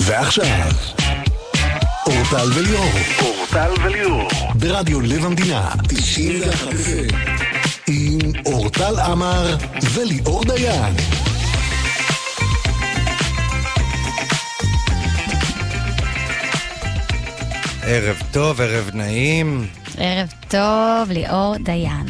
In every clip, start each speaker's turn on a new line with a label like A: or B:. A: ועכשיו, אורטל וליאור,
B: אורטל וליאור.
A: ברדיו לב המדינה, 91 FM. עם אורטל עמר וליאור דיין.
C: ערב טוב, ערב נעים.
D: ערב טוב, ליאור דיין.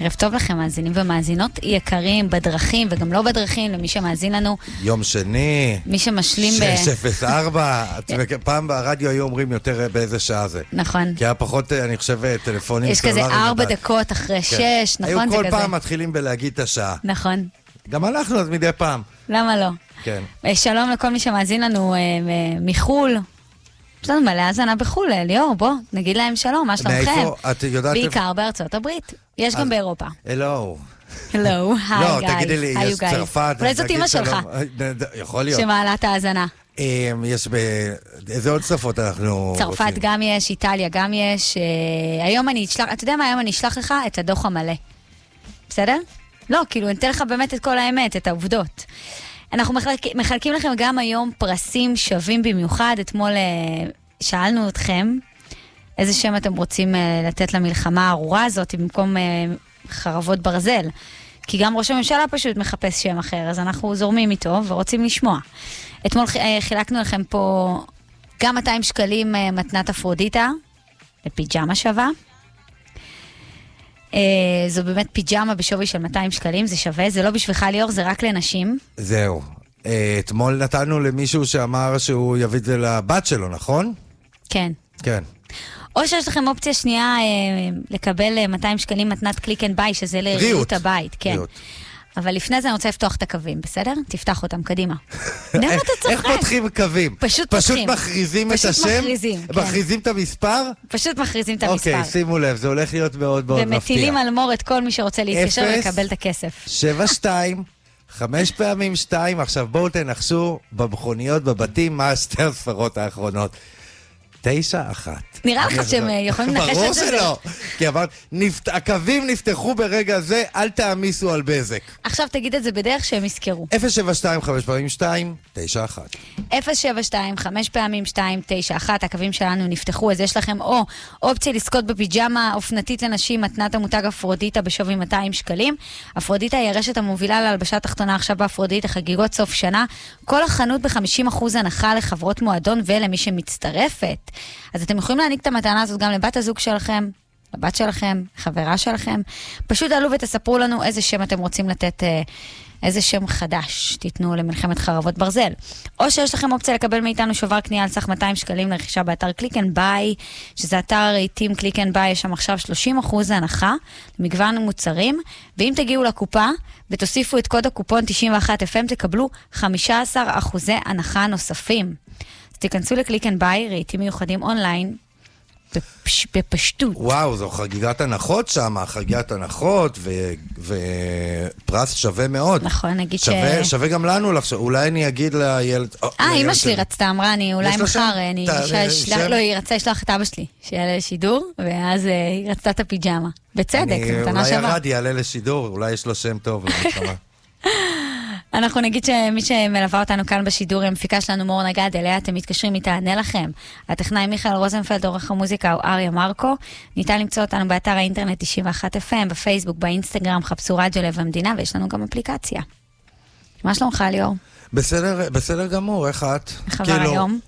D: ערב טוב לכם, מאזינים ומאזינות יקרים בדרכים וגם לא בדרכים, למי שמאזין לנו,
C: יום שני,
D: מי שמשלים ב...
C: 604. את מכיר- פעם ברדיו היו אומרים יותר אה, באיזה שעה זה.
D: נכון.
C: כי היה פחות, אה, אני חושב, אה, טלפונים
D: יש כזה ארבע
C: לדעתי.
D: דקות אחרי
C: כן.
D: שש, נכון? זה
C: היו כל
D: כזה.
C: פעם מתחילים בלהגיד את השעה.
D: נכון.
C: גם אנחנו אז מדי פעם.
D: למה לא?
C: כן.
D: אה, שלום לכל מי שמאזין לנו אה, אה, מחו"ל. יש לנו מלא האזנה בחו"ל, אה, ליאור, בוא, נגיד להם שלום, מה שלומכם?
C: מאיפה? את יודעת איפה-
D: בעיקר בארצות הברית. יש גם
C: אז-
D: באירופה.
C: הלו.
D: הלו, היי
C: לא,
D: גיא.
C: תגידי לי,
D: היי,
C: יש
D: גיא.
C: צרפת,
D: אולי
C: אז
D: זאת
C: נגיד
D: אימא שלך,
C: שלום. אה, נ- נ- יכול להיות.
D: שמעלה את ההאזנה.
C: אה, יש ב... איזה עוד שפות אנחנו רוצים?
D: צרפת גם יש, איטליה גם יש. אה, היום אני אשלח, אתה יודע מה, היום אני אשלח לך את הדוח המלא. בסדר? לא, כאילו, אני אתן לך באמת את כל האמת, את העובדות. אנחנו מחלק, מחלקים לכם גם היום פרסים שווים במיוחד. אתמול אה, שאלנו אתכם איזה שם אתם רוצים אה, לתת למלחמה הארורה הזאת במקום אה, חרבות ברזל. כי גם ראש הממשלה פשוט מחפש שם אחר, אז אנחנו זורמים איתו ורוצים לשמוע. אתמול אה, חילקנו לכם פה גם 200 שקלים אה, מתנת אפרודיטה, לפיג'מה שווה. אה, זו באמת פיג'מה בשווי של 200 שקלים, זה שווה, זה לא בשבילך ליאור, זה רק לנשים.
C: זהו. אה, אתמול נתנו למישהו שאמר שהוא יביא את זה לבת שלו, נכון?
D: כן.
C: כן.
D: או שיש לכם אופציה שנייה אה, לקבל אה, 200 שקלים מתנת קליק אנד ביי, שזה לריהוט הבית. כן.
C: ריהוט.
D: אבל לפני זה אני רוצה לפתוח את הקווים, בסדר? תפתח אותם, קדימה. למה אתה
C: איך
D: צוחק?
C: פותחים קווים?
D: פשוט פותחים.
C: פשוט מכריזים את
D: פשוט
C: השם?
D: מכריזים, כן.
C: מכריזים את המספר?
D: פשוט מכריזים את המספר.
C: אוקיי, שימו לב, זה הולך להיות מאוד מאוד מפתיע.
D: ומטילים על מור את כל מי שרוצה להתקשר
C: אפס.
D: ולקבל את הכסף.
C: שבע שתיים, חמש פעמים שתיים, עכשיו בואו תנחשו במכוניות, בבתים, מה שתי הספרות האחרונות. תשע אחת.
D: נראה לך
C: אני אחזור.
D: שהם, אה, יכולים לנחש
C: ברור
D: את זה?
C: שלא. כי אמרת, "נפת- הקווים נפתחו ברגע זה, אל תעמיסו על בזק.
D: עכשיו תגיד את זה בדרך שהם יזכרו.
C: 072, 5 פעמים 2, 9, 1.
D: 072, חמש פעמים 291, הקווים שלנו נפתחו, אז יש לכם או אופציה לזכות בפיג'מה אופנתית לנשים, מתנת המותג אפרודיטה בשווי 200 שקלים. אפרודיטה היא הרשת המובילה להלבשה תחתונה עכשיו באפרודיטה, חגיגות סוף שנה. כל החנות ב-50% הנחה לחברות מועדון ולמי שמצטרפת. אז אתם יכולים להעניק את המתנה הזאת גם לבת הזוג שלכם. לבת שלכם, חברה שלכם, פשוט עלו ותספרו לנו איזה שם אתם רוצים לתת אה, איזה שם חדש תיתנו למלחמת חרבות ברזל. או שיש לכם אופציה לקבל מאיתנו שובר קנייה על סך 200 שקלים לרכישה באתר קליק אנד ביי, שזה אתר רהיטים קליק אנד ביי, יש שם עכשיו 30% הנחה למגוון מוצרים, ואם תגיעו לקופה ותוסיפו את קוד הקופון 91 FM, תקבלו 15% הנחה נוספים. אז תיכנסו לקליק אנד ביי, רהיטים מיוחדים אונליין, בפש- בפשטות.
C: וואו, זו חגיגת הנחות שם, חגיגת הנחות, ו- ופרס שווה מאוד.
D: נכון, נגיד ש-
C: שווה, שווה גם לנו לחשוב, אולי אני אגיד לילד...
D: אה,
C: לילד
D: אימא שלי
C: שלי.
D: רצתה, אמרה, אני אולי
C: יש לה שם?
D: מחר, אה, אני
C: ת- אה,
D: אשלח,
C: שם?
D: לא, היא רצתה לשלוח את אבא שלי, שיעלה לשידור, ואז אה, היא רצתה את הפיג'מה. בצדק,
C: אני-
D: זו מתנה
C: אולי
D: שווה.
C: ירד יעלה לשידור, אולי יש לו שם טוב לא למלחמה.
D: אנחנו נגיד שמי שמלווה אותנו כאן בשידור היא המפיקה שלנו מור נגד, אליה אתם מתקשרים, היא תענה לכם. הטכנאי מיכאל רוזנפלד, עורך המוזיקה הוא אריה מרקו. ניתן למצוא אותנו באתר האינטרנט 91 FM, בפייסבוק, באינסטגרם, חפשו רדיו לב המדינה, ויש לנו גם אפליקציה. מה שלומך, ליאור?
C: בסדר, בסדר גמור, איך את?
D: איך עבר
C: כאילו,
D: היום?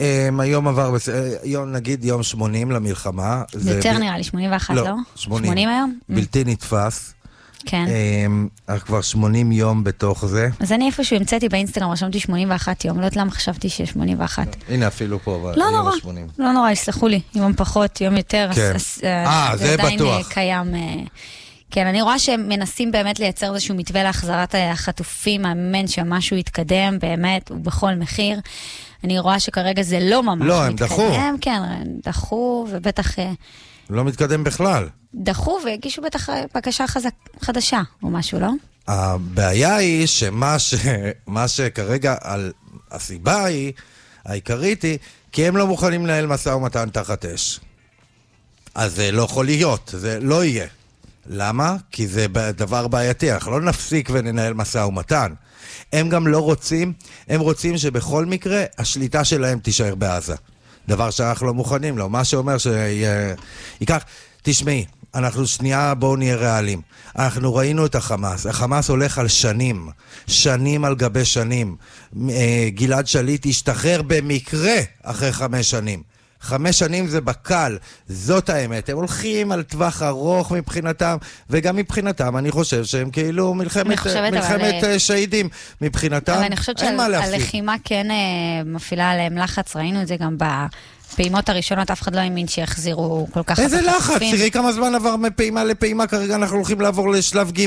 C: אמ, היום עבר, בס- אה, יום, נגיד יום 80 למלחמה. זה
D: יותר
C: ב-
D: נראה לי, 81, לא?
C: 80.
D: 80 היום?
C: בלתי נתפס.
D: כן.
C: אמ, אנחנו כבר 80 יום בתוך זה.
D: אז אני איפשהו המצאתי באינסטגרם, רשמתי 81 יום, לא יודעת למה חשבתי שיש 81.
C: הנה, אפילו פה, אבל
D: לא
C: יום
D: נורא,
C: ה-80.
D: לא נורא, יסלחו לי, יום פחות, יום יותר, אז-
C: כן.
D: אז,
C: אה, זה
D: עדיין אה,
C: בטוח.
D: קיים. אה, כן, אני רואה שהם מנסים באמת לייצר איזשהו מתווה להחזרת החטופים, האמן שמשהו יתקדם באמת ובכל מחיר. אני רואה שכרגע זה לא ממש
C: לא, הם
D: מתקדם.
C: דחו.
D: כן, הם דחו, ובטח אה,
C: לא מתקדם בכלל.
D: דחו והגישו בטח אה, בקשה חזק, חדשה או משהו, לא?
C: הבעיה היא שמה ש... מה שכרגע, על... הסיבה היא, העיקרית היא, כי הם לא מוכנים לנהל משא ומתן תחת אש. אז זה לא יכול להיות, זה לא יהיה. למה? כי זה ב- דבר בעייתי, אנחנו לא נפסיק וננהל משא ומתן. הם גם לא רוצים, הם רוצים שבכל מקרה השליטה שלהם תישאר בעזה. דבר שאנחנו לא מוכנים לו, מה שאומר שייקח, תשמעי, אנחנו שנייה, בואו נהיה ריאליים. אנחנו ראינו את החמאס, החמאס הולך על שנים, שנים על גבי שנים. אה, גלעד שליט השתחרר במקרה אחרי חמש שנים. חמש שנים זה בקל, זאת האמת. הם הולכים על טווח ארוך מבחינתם, וגם מבחינתם אני חושב שהם כאילו
D: אני
C: מלחמת,
D: חושבת, אבל,
C: מלחמת
D: אה,
C: אה, שהידים. מבחינתם,
D: אבל אני חושבת
C: אין מה להפסיד.
D: שהלחימה כן אה, מפעילה עליהם לחץ, ראינו את זה גם בפעימות הראשונות, אף אחד לא האמין שיחזירו כל כך
C: איזה
D: הרבה
C: לחץ,
D: חטופים.
C: תראי כמה זמן עבר מפעימה לפעימה, כרגע אנחנו הולכים לעבור לשלב ג'.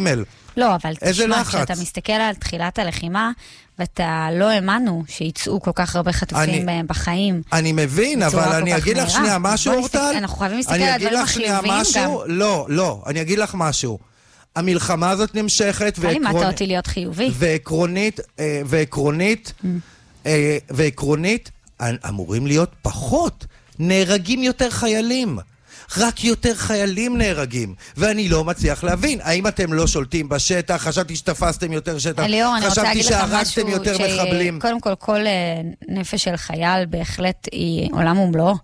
D: לא, אבל
C: איזה
D: תשמע,
C: לחץ.
D: כשאתה מסתכל על תחילת הלחימה, ואתה לא האמנו שיצאו כל כך הרבה חטופים
C: אני-
D: אה, בחיים.
C: אני מבין,
D: בצורה
C: אבל
D: כל
C: אני
D: כך
C: אגיד לך
D: מהירה.
C: שנייה
D: בוא
C: משהו,
D: נסתכל-
C: אורטל.
D: אנחנו חייבים להסתכל
C: אני
D: על
C: אגיד
D: הדברים
C: לך שנייה
D: החיוביים
C: משהו- לא, לא, אני אגיד לך משהו. המלחמה הזאת נמשכת
D: לא לימדת
C: ועקרונית-
D: אותי להיות חיובי.
C: ועקרונית, אה, ועקרונית,
D: Mm.
C: אה, ועקרונית, אנ- אמורים להיות פחות. נהרגים יותר חיילים. רק יותר חיילים נהרגים, ואני לא מצליח להבין. האם אתם לא שולטים בשטח? חשבתי שתפסתם יותר שטח.
D: אה, ליאור, אני רוצה
C: חשבתי
D: להגיד לך משהו...
C: שהרגתם יותר
D: ש-
C: מחבלים.
D: קודם כל, כל אה, נפש של חייל בהחלט היא עולם ומלואו.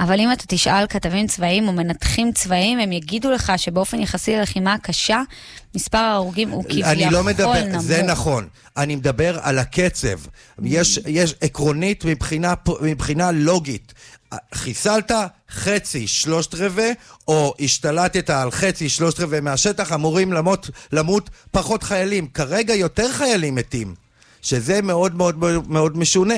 D: אבל אם אתה תשאל כתבים צבאיים או מנתחים צבאיים, הם יגידו לך שבאופן יחסי ללחימה הקשה, מספר ההרוגים הוא
C: אני
D: כביכול
C: לא מדבר,
D: נמוך.
C: זה נכון. אני מדבר על הקצב. יש, יש עקרונית מבחינה, פ- מבחינה לוגית. חיסלת חצי, שלושת רבעי, או השתלטת על חצי, שלושת רבעי מהשטח, אמורים למות, למות פחות חיילים. כרגע יותר חיילים מתים, שזה מאוד מאוד מאוד, מאוד משונה.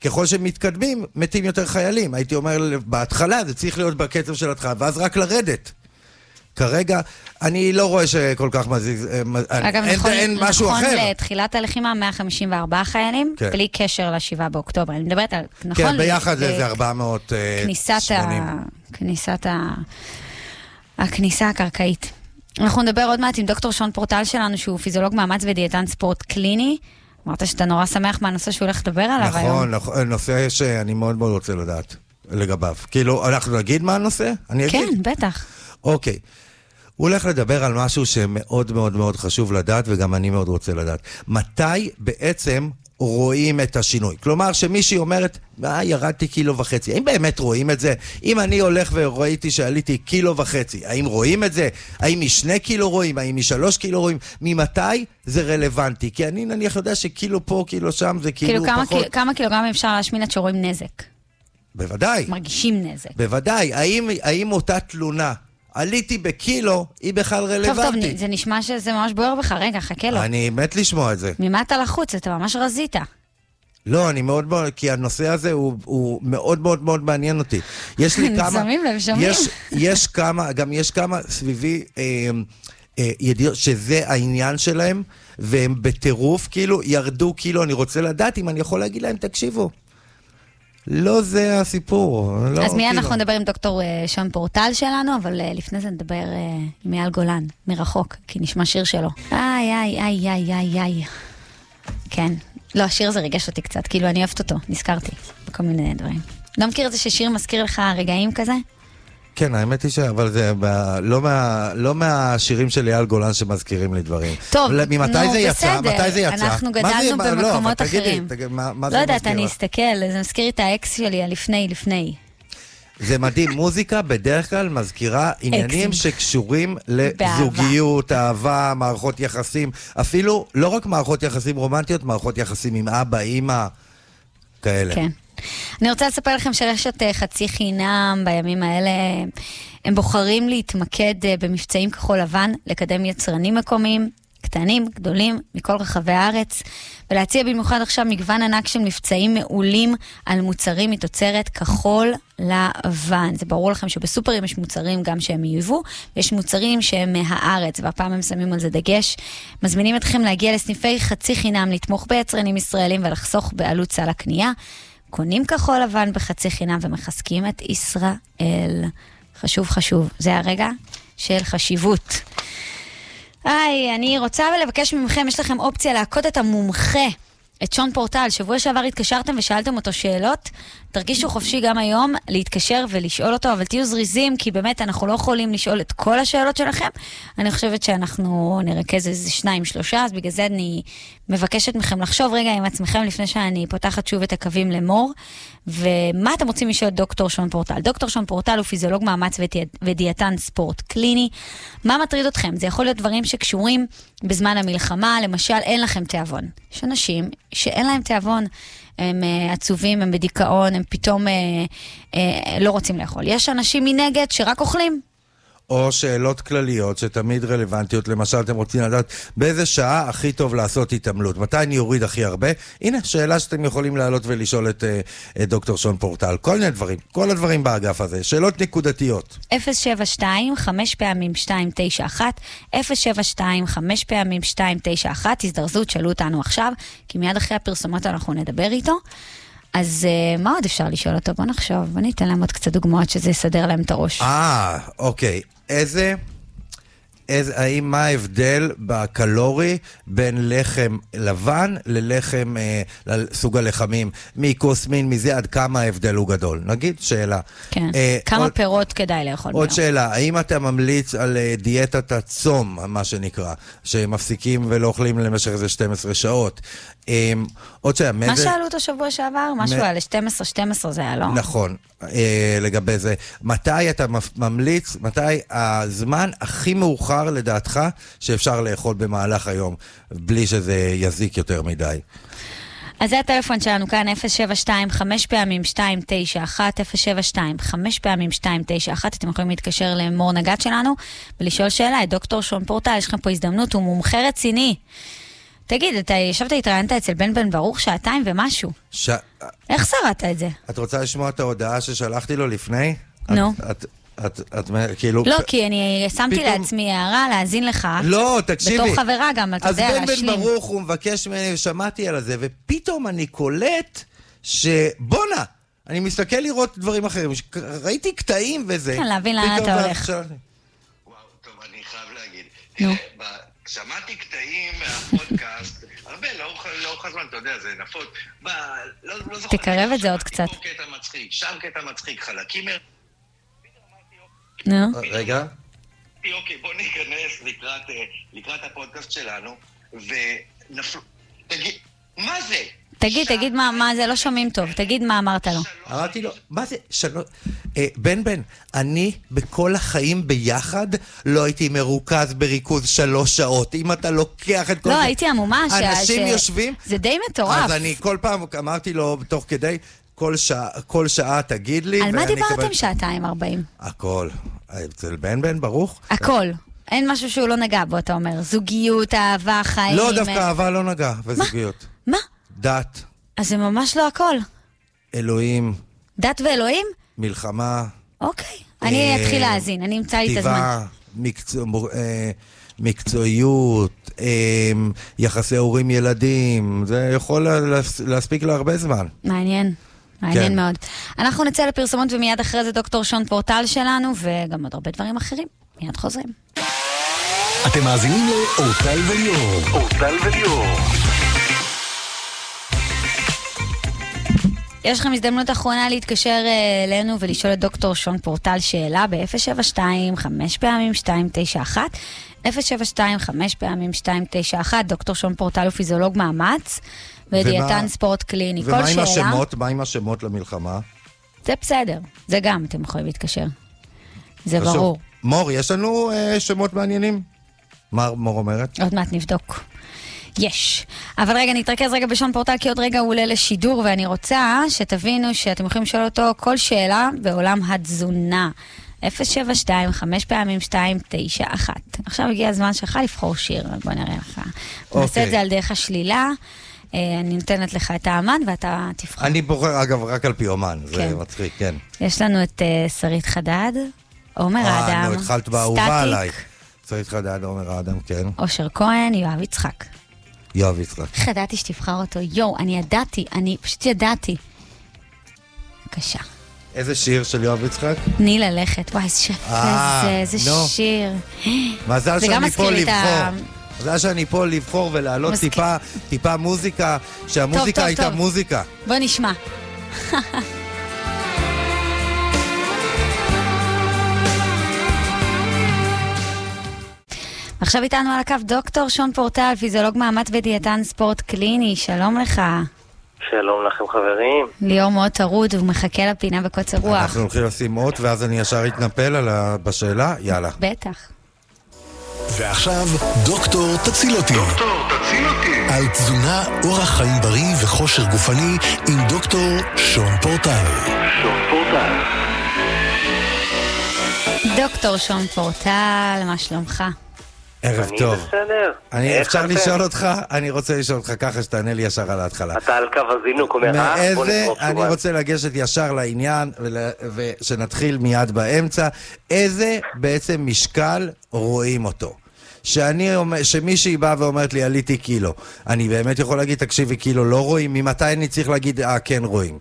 C: ככל שמתקדמים, מתים יותר חיילים. הייתי אומר, בהתחלה זה צריך להיות בקצב של התחלה, ואז רק לרדת. כרגע, אני לא רואה שכל כך מזיז, אה, מ-
D: אגב,
C: אין,
D: נכון,
C: אין משהו
D: נכון
C: אחר.
D: לתחילת הלחימה, 154 חיילים,
C: כן.
D: בלי קשר ל-7 באוקטובר. אני מדברת על, נכון?
C: כן, ביחד
D: ל-
C: זה איזה אה, 480.
D: כניסת ה... כניסת ה... הכניסה הקרקעית. אנחנו נדבר עוד מעט עם דוקטור שון פורטל שלנו, שהוא פיזיולוג מאמץ ודיאטן ספורט קליני. אמרת שאתה נורא שמח מהנושא שהוא הולך לדבר עליו היום.
C: נכון, נכון, נושא שאני מאוד מאוד רוצה לדעת לגביו. כאילו, אנחנו נגיד מה הנושא? אני אגיד.
D: כן, בטח.
C: אוקיי. הוא הולך לדבר על משהו שמאוד מאוד מאוד חשוב לדעת, וגם אני מאוד רוצה לדעת. מתי בעצם רואים את השינוי? כלומר, שמישהי אומרת, אה, ירדתי קילו וחצי. האם באמת רואים את זה? אם אני הולך וראיתי שעליתי קילו וחצי, האם רואים את זה? האם משני קילו רואים? האם משלוש קילו רואים? ממתי זה רלוונטי? כי אני נניח יודע שקילו פה, קילו שם, זה כאילו,
D: כאילו, כמה,
C: פחות...
D: קיל- כמה קילוגרמים אפשר להשמין עד שרואים נזק?
C: בוודאי.
D: מרגישים נזק.
C: בוודאי. האם, האם אותה תלונה, עליתי בקילו, היא בכלל רלוונטית?
D: טוב, טוב, נ- זה נשמע שזה ממש בוער בך. רגע, חכה לו.
C: אני מת לשמוע את זה.
D: ממה אתה לחוץ? אתה ממש רזית.
C: לא, אני מאוד מאוד, כי הנושא הזה הוא, הוא מאוד מאוד מאוד מעניין אותי. יש לי
D: הם
C: כמה...
D: שמים לב, שומעים?
C: יש, יש כמה, גם יש כמה סביבי אה, אה, ידיעות שזה העניין שלהם, והם בטירוף, כאילו, ירדו, כאילו, אני רוצה לדעת אם אני יכול להגיד להם, תקשיבו. לא זה הסיפור. לא,
D: אז מיד
C: כאילו.
D: אנחנו נדבר עם דוקטור אה, שון פורטל שלנו, אבל אה, לפני זה נדבר אה, עם אייל גולן, מרחוק, כי נשמע שיר שלו. איי, איי, איי, איי, איי, איי. כן. לא, השיר הזה ריגש אותי קצת, כאילו, אני אוהבת אותו, נזכרתי בכל מיני דברים. לא מכיר את זה ששיר מזכיר לך רגעים כזה?
C: כן, האמת היא ש... אבל זה ב- לא, מה, לא מהשירים של אייל גולן שמזכירים לי דברים.
D: טוב,
C: אבל ממתי
D: נו,
C: זה יצא?
D: בסדר.
C: מתי זה יצא?
D: אנחנו
C: מה זה-
D: גדלנו
C: מה- לא, אבל
D: במקומות
C: תגידי,
D: אחרים.
C: תגיד, מה, מה
D: לא
C: זה
D: יודעת,
C: מזכיר
D: אני
C: לך?
D: אסתכל, זה מזכיר לי את האקס שלי, הלפני, לפני.
C: זה מדהים, מוזיקה בדרך כלל מזכירה עניינים שקשורים לזוגיות, אהבה, מערכות יחסים, אפילו לא רק מערכות יחסים רומנטיות, מערכות יחסים עם אבא, אימא, כאלה.
D: כן. אני רוצה לספר לכם שרשת אה, חצי חינם בימים האלה, הם בוחרים להתמקד אה, במבצעים כחול לבן, לקדם יצרנים מקומיים. קטנים, גדולים, מכל רחבי הארץ, ולהציע במיוחד עכשיו מגוון ענק של מבצעים מעולים על מוצרים מתוצרת כחול לבן. זה ברור לכם שבסופרים יש מוצרים גם שהם מיובוא, ויש מוצרים שהם מהארץ, והפעם הם שמים על זה דגש. מזמינים אתכם להגיע לסניפי חצי חינם, לתמוך ביצרנים ישראלים ולחסוך בעלות סל הקנייה. קונים כחול לבן בחצי חינם ומחזקים את ישראל. חשוב חשוב, זה הרגע של חשיבות. היי, אני רוצה אבל לבקש ממכם, יש לכם אופציה להכות את המומחה את שון פורטל. שבוע שעבר התקשרתם ושאלתם אותו שאלות. תרגישו חופשי גם היום להתקשר ולשאול אותו, אבל תהיו זריזים, כי באמת אנחנו לא יכולים לשאול את כל השאלות שלכם. אני חושבת שאנחנו נרכז איזה שניים, שלושה, אז בגלל זה אני מבקשת מכם לחשוב רגע עם עצמכם לפני שאני פותחת שוב את הקווים למור. ומה אתם רוצים לשאול דוקטור שון פורטל? דוקטור שון פורטל הוא פיזיולוג מאמץ ודיאט, ודיאטן ספורט קליני. מה מטריד אתכם? זה יכול להיות דברים שקשורים בזמן המלחמה, למשל אין לכם תיאבון. יש אנשים שאין להם תיאבון, הם אה, עצובים, הם בדיכאון, הם פתאום אה, אה, לא רוצים לאכול. יש אנשים מנגד שרק אוכלים.
C: או שאלות כלליות שתמיד רלוונטיות, למשל אתם רוצים לדעת באיזה שעה הכי טוב לעשות התעמלות, מתי אני אוריד הכי הרבה? הנה, שאלה שאתם יכולים לעלות ולשאול את, אה, את דוקטור שון פורטל, כל מיני דברים, כל הדברים באגף הזה, שאלות נקודתיות.
D: 072 5 פעמים 291, 072 5 פעמים 291, תזדרזו, תשאלו אותנו עכשיו, כי מיד אחרי הפרסומות אנחנו נדבר איתו. אז אה, מה עוד אפשר לשאול אותו? בוא נחשוב, בוא ניתן להם עוד קצת דוגמאות שזה יסדר להם את הראש.
C: אה, אוקיי, איזה... איזה, האם מה ההבדל בקלורי בין לחם לבן ללחם, אה, לסוג הלחמים, מכוס מין, מזה עד כמה ההבדל הוא גדול? נגיד, שאלה.
D: כן.
C: אה,
D: כמה
C: עוד-
D: פירות כדאי לאכול ביום?
C: עוד שאלה, האם אתה ממליץ על אה, דיאטת הצום, מה שנקרא, שמפסיקים ולא אוכלים למשך איזה 12 שעות? אה, עוד שאלה,
D: מה
C: מאיזה...
D: שאלו אותו שבוע שעבר? משהו
C: מ-
D: על 12-12 זה היה, לא?
C: נכון, אה, לגבי זה. מתי אתה מפ- ממליץ, מתי הזמן הכי מאוחר לדעתך שאפשר לאכול במהלך היום, בלי שזה יזיק יותר מדי?
D: אז זה הטלפון שלנו כאן, 072 5 פעמים 291, 072 5 פעמים 291. אתם יכולים להתקשר למור נגת שלנו ולשאול שאלה את דוקטור שון פורטל, יש לכם פה הזדמנות, הוא מומחה רציני. תגיד, אתה ישבת, התראיינת אצל בן בן ברוך שעתיים ומשהו.
C: ש...
D: איך שרדת את זה?
C: את רוצה לשמוע את ההודעה ששלחתי לו לפני?
D: נו.
C: את, את, את, את, את כאילו...
D: לא, כי אני שמתי
C: פתאום-
D: לעצמי הערה להאזין לך.
C: לא, תקשיבי.
D: בתור חברה גם, אתה יודע,
C: אז בן בן
D: להשלים.
C: ברוך, הוא מבקש ממני, שמעתי על זה, ופתאום אני קולט שבואנה, אני מסתכל לראות דברים אחרים, ש- ראיתי קטעים וזה.
D: כן, להבין לאן
C: פתאום
D: אתה
C: זה-
D: הולך.
B: וואו, טוב, אני חייב להגיד.
D: נו.
B: אה, ב- שמעתי קטעים מהפודקאסט, הרבה, לאורך לאורך הזמן, אתה יודע, זה נפוץ. ב- לא- לא זוכר.
D: תקרב את זה עוד
B: שמעתי
D: קצת.
B: פה קטע מצחיק, שם קטע מצחיק, חלקים... מר-
D: נו.
C: רגע.
B: אמרתי, אוקיי, בוא ניכנס לקראת, אה, לקראת הפודקאסט שלנו, ונפלו... תגיד, מה זה?
D: תגיד, תגיד מה, מה זה, לא שומעים טוב. תגיד מה אמרת לו. לא,
C: אמרתי לו, מה זה, שלוש... אה, בן בן, אני בכל החיים ביחד לא הייתי מרוכז בריכוז שלוש שעות. אם אתה לוקח את כל
D: לא,
C: זה...
D: הייתי המומה ש-
C: אוקיי. אנשים
D: ש-
C: יושבים...
D: זה די מטורף.
C: אז אני כל פעם אמרתי לו, תוך כדי, כל שעה, כל שעה תגיד לי.
D: על מה
C: ואני
D: דיברתם
C: אקבל-
D: שעתיים ארבעים?
C: הכל. אצל בן בן ברוך?
D: הכל. אין משהו שהוא לא נגע בו, אתה אומר. זוגיות, אהבה, חיים.
C: לא,
D: אה,
C: דווקא אהבה לא נגע, וזוגיות.
D: מה?
C: דת,
D: אז זה ממש לא הכל.
C: אלוהים,
D: דת ואלוהים?
C: מלחמה,
D: אוקיי.
C: אה,
D: אני אתחיל להאזין, אני אמצא לי את הזמן.
C: טבעה, מקצוע- מור- אה, מקצועיות, אה, יחסי הורים-ילדים, זה יכול לה- להספיק לה הרבה זמן.
D: מעניין. מעניין
C: כן.
D: מאוד. אנחנו נצא לפרסומות ומיד אחרי זה דוקטור שון פורטל שלנו, וגם עוד הרבה דברים אחרים. מיד חוזרים.
A: אתם מאזינים לאורטל וליאור. אורטל וליאור.
D: יש לכם הזדמנות אחרונה להתקשר אה, אלינו ולשאול את דוקטור שון פורטל שאלה ב-072 5 פעמים 291 072 5 פעמים 291 דוקטור שון פורטל הוא פיזיולוג מאמץ ודיאטן
C: ומה-
D: ספורט קליני. כל
C: ומה עם
D: שאלה,
C: השמות? מה עם השמות למלחמה?
D: זה בסדר. זה גם אתם יכולים להתקשר. זה
C: חשוב.
D: ברור.
C: מור, יש לנו אה, שמות מעניינים? מה מור אומרת?
D: עוד מעט נבדוק. יש. אבל רגע, נתרכז רגע בשון פורטל, כי עוד רגע הוא עולה לשידור, ואני רוצה שתבינו שאתם יכולים לשאול אותו כל שאלה בעולם התזונה. 072, 5 פעמים 2, 9, 1. עכשיו הגיע הזמן שלך לבחור שיר, בוא נראה לך.
C: אוקיי.
D: נעשה את זה על דרך השלילה. אה, אני נותנת לך את האמן ואתה תבחר.
C: אני בוחר, אגב, רק על פי אומן, זה
D: כן.
C: מצחיק, כן.
D: יש לנו את אה, שרית חדד, עומר
C: אה,
D: אדם,
C: נו, התחלת באהובה עליי.
D: סטטיק,
C: צריך לדעת, עומר אדם, כן.
D: אושר כהן, יואב יצחק.
C: יואב יצחק.
D: איך ידעתי שתבחר אותו? יואו, אני ידעתי, אני פשוט ידעתי. בבקשה.
C: איזה שיר של יואב יצחק?
D: תני ללכת, וואי, איזה שיר,
C: אה,
D: איזה- איזה
C: נו.
D: שיר.
C: מזל
D: זה
C: שאני
D: גם
C: פה
D: מזכיר לי את ה...
C: לבחור. זה שאני פה לבחור ולהעלות
D: מסכים.
C: טיפה, טיפה מוזיקה, שהמוזיקה
D: טוב,
C: הייתה
D: טוב.
C: מוזיקה.
D: בוא נשמע. עכשיו איתנו על הקו דוקטור שון פורטל, פיזיולוג מאמץ ודיאטן ספורט קליני, שלום לך.
E: שלום לכם חברים.
D: ליאור מאוד טרוד, הוא מחכה לפינה בקוצר רוח.
C: אנחנו הולכים לשים אות, ואז אני ישר אתנפל על ה... בשאלה, יאללה.
D: בטח.
A: ועכשיו, דוקטור תציל אותי. דוקטור תציל אותי. על תזונה, אורח חיים בריא וכושר גופני עם דוקטור שון פורטל.
D: דוקטור שון פורטל, מה שלומך?
C: ערב
E: אני
C: טוב.
E: בסדר.
C: אני,
E: איך
C: אפשר
E: אתם?
C: לשאול אותך? אני רוצה לשאול אותך ככה שתענה לי ישר על ההתחלה.
E: אתה על קו הזינוק, אומר, אה, בוא
C: מאיזה,
E: נזרוק
C: אני
E: שורה.
C: רוצה לגשת ישר לעניין ול- ושנתחיל מיד באמצע, איזה בעצם משקל רואים אותו? שאני אומר, שמישהי באה ואומרת לי עליתי קילו, אני באמת יכול להגיד תקשיבי קילו לא רואים, ממתי אני צריך להגיד אה כן רואים?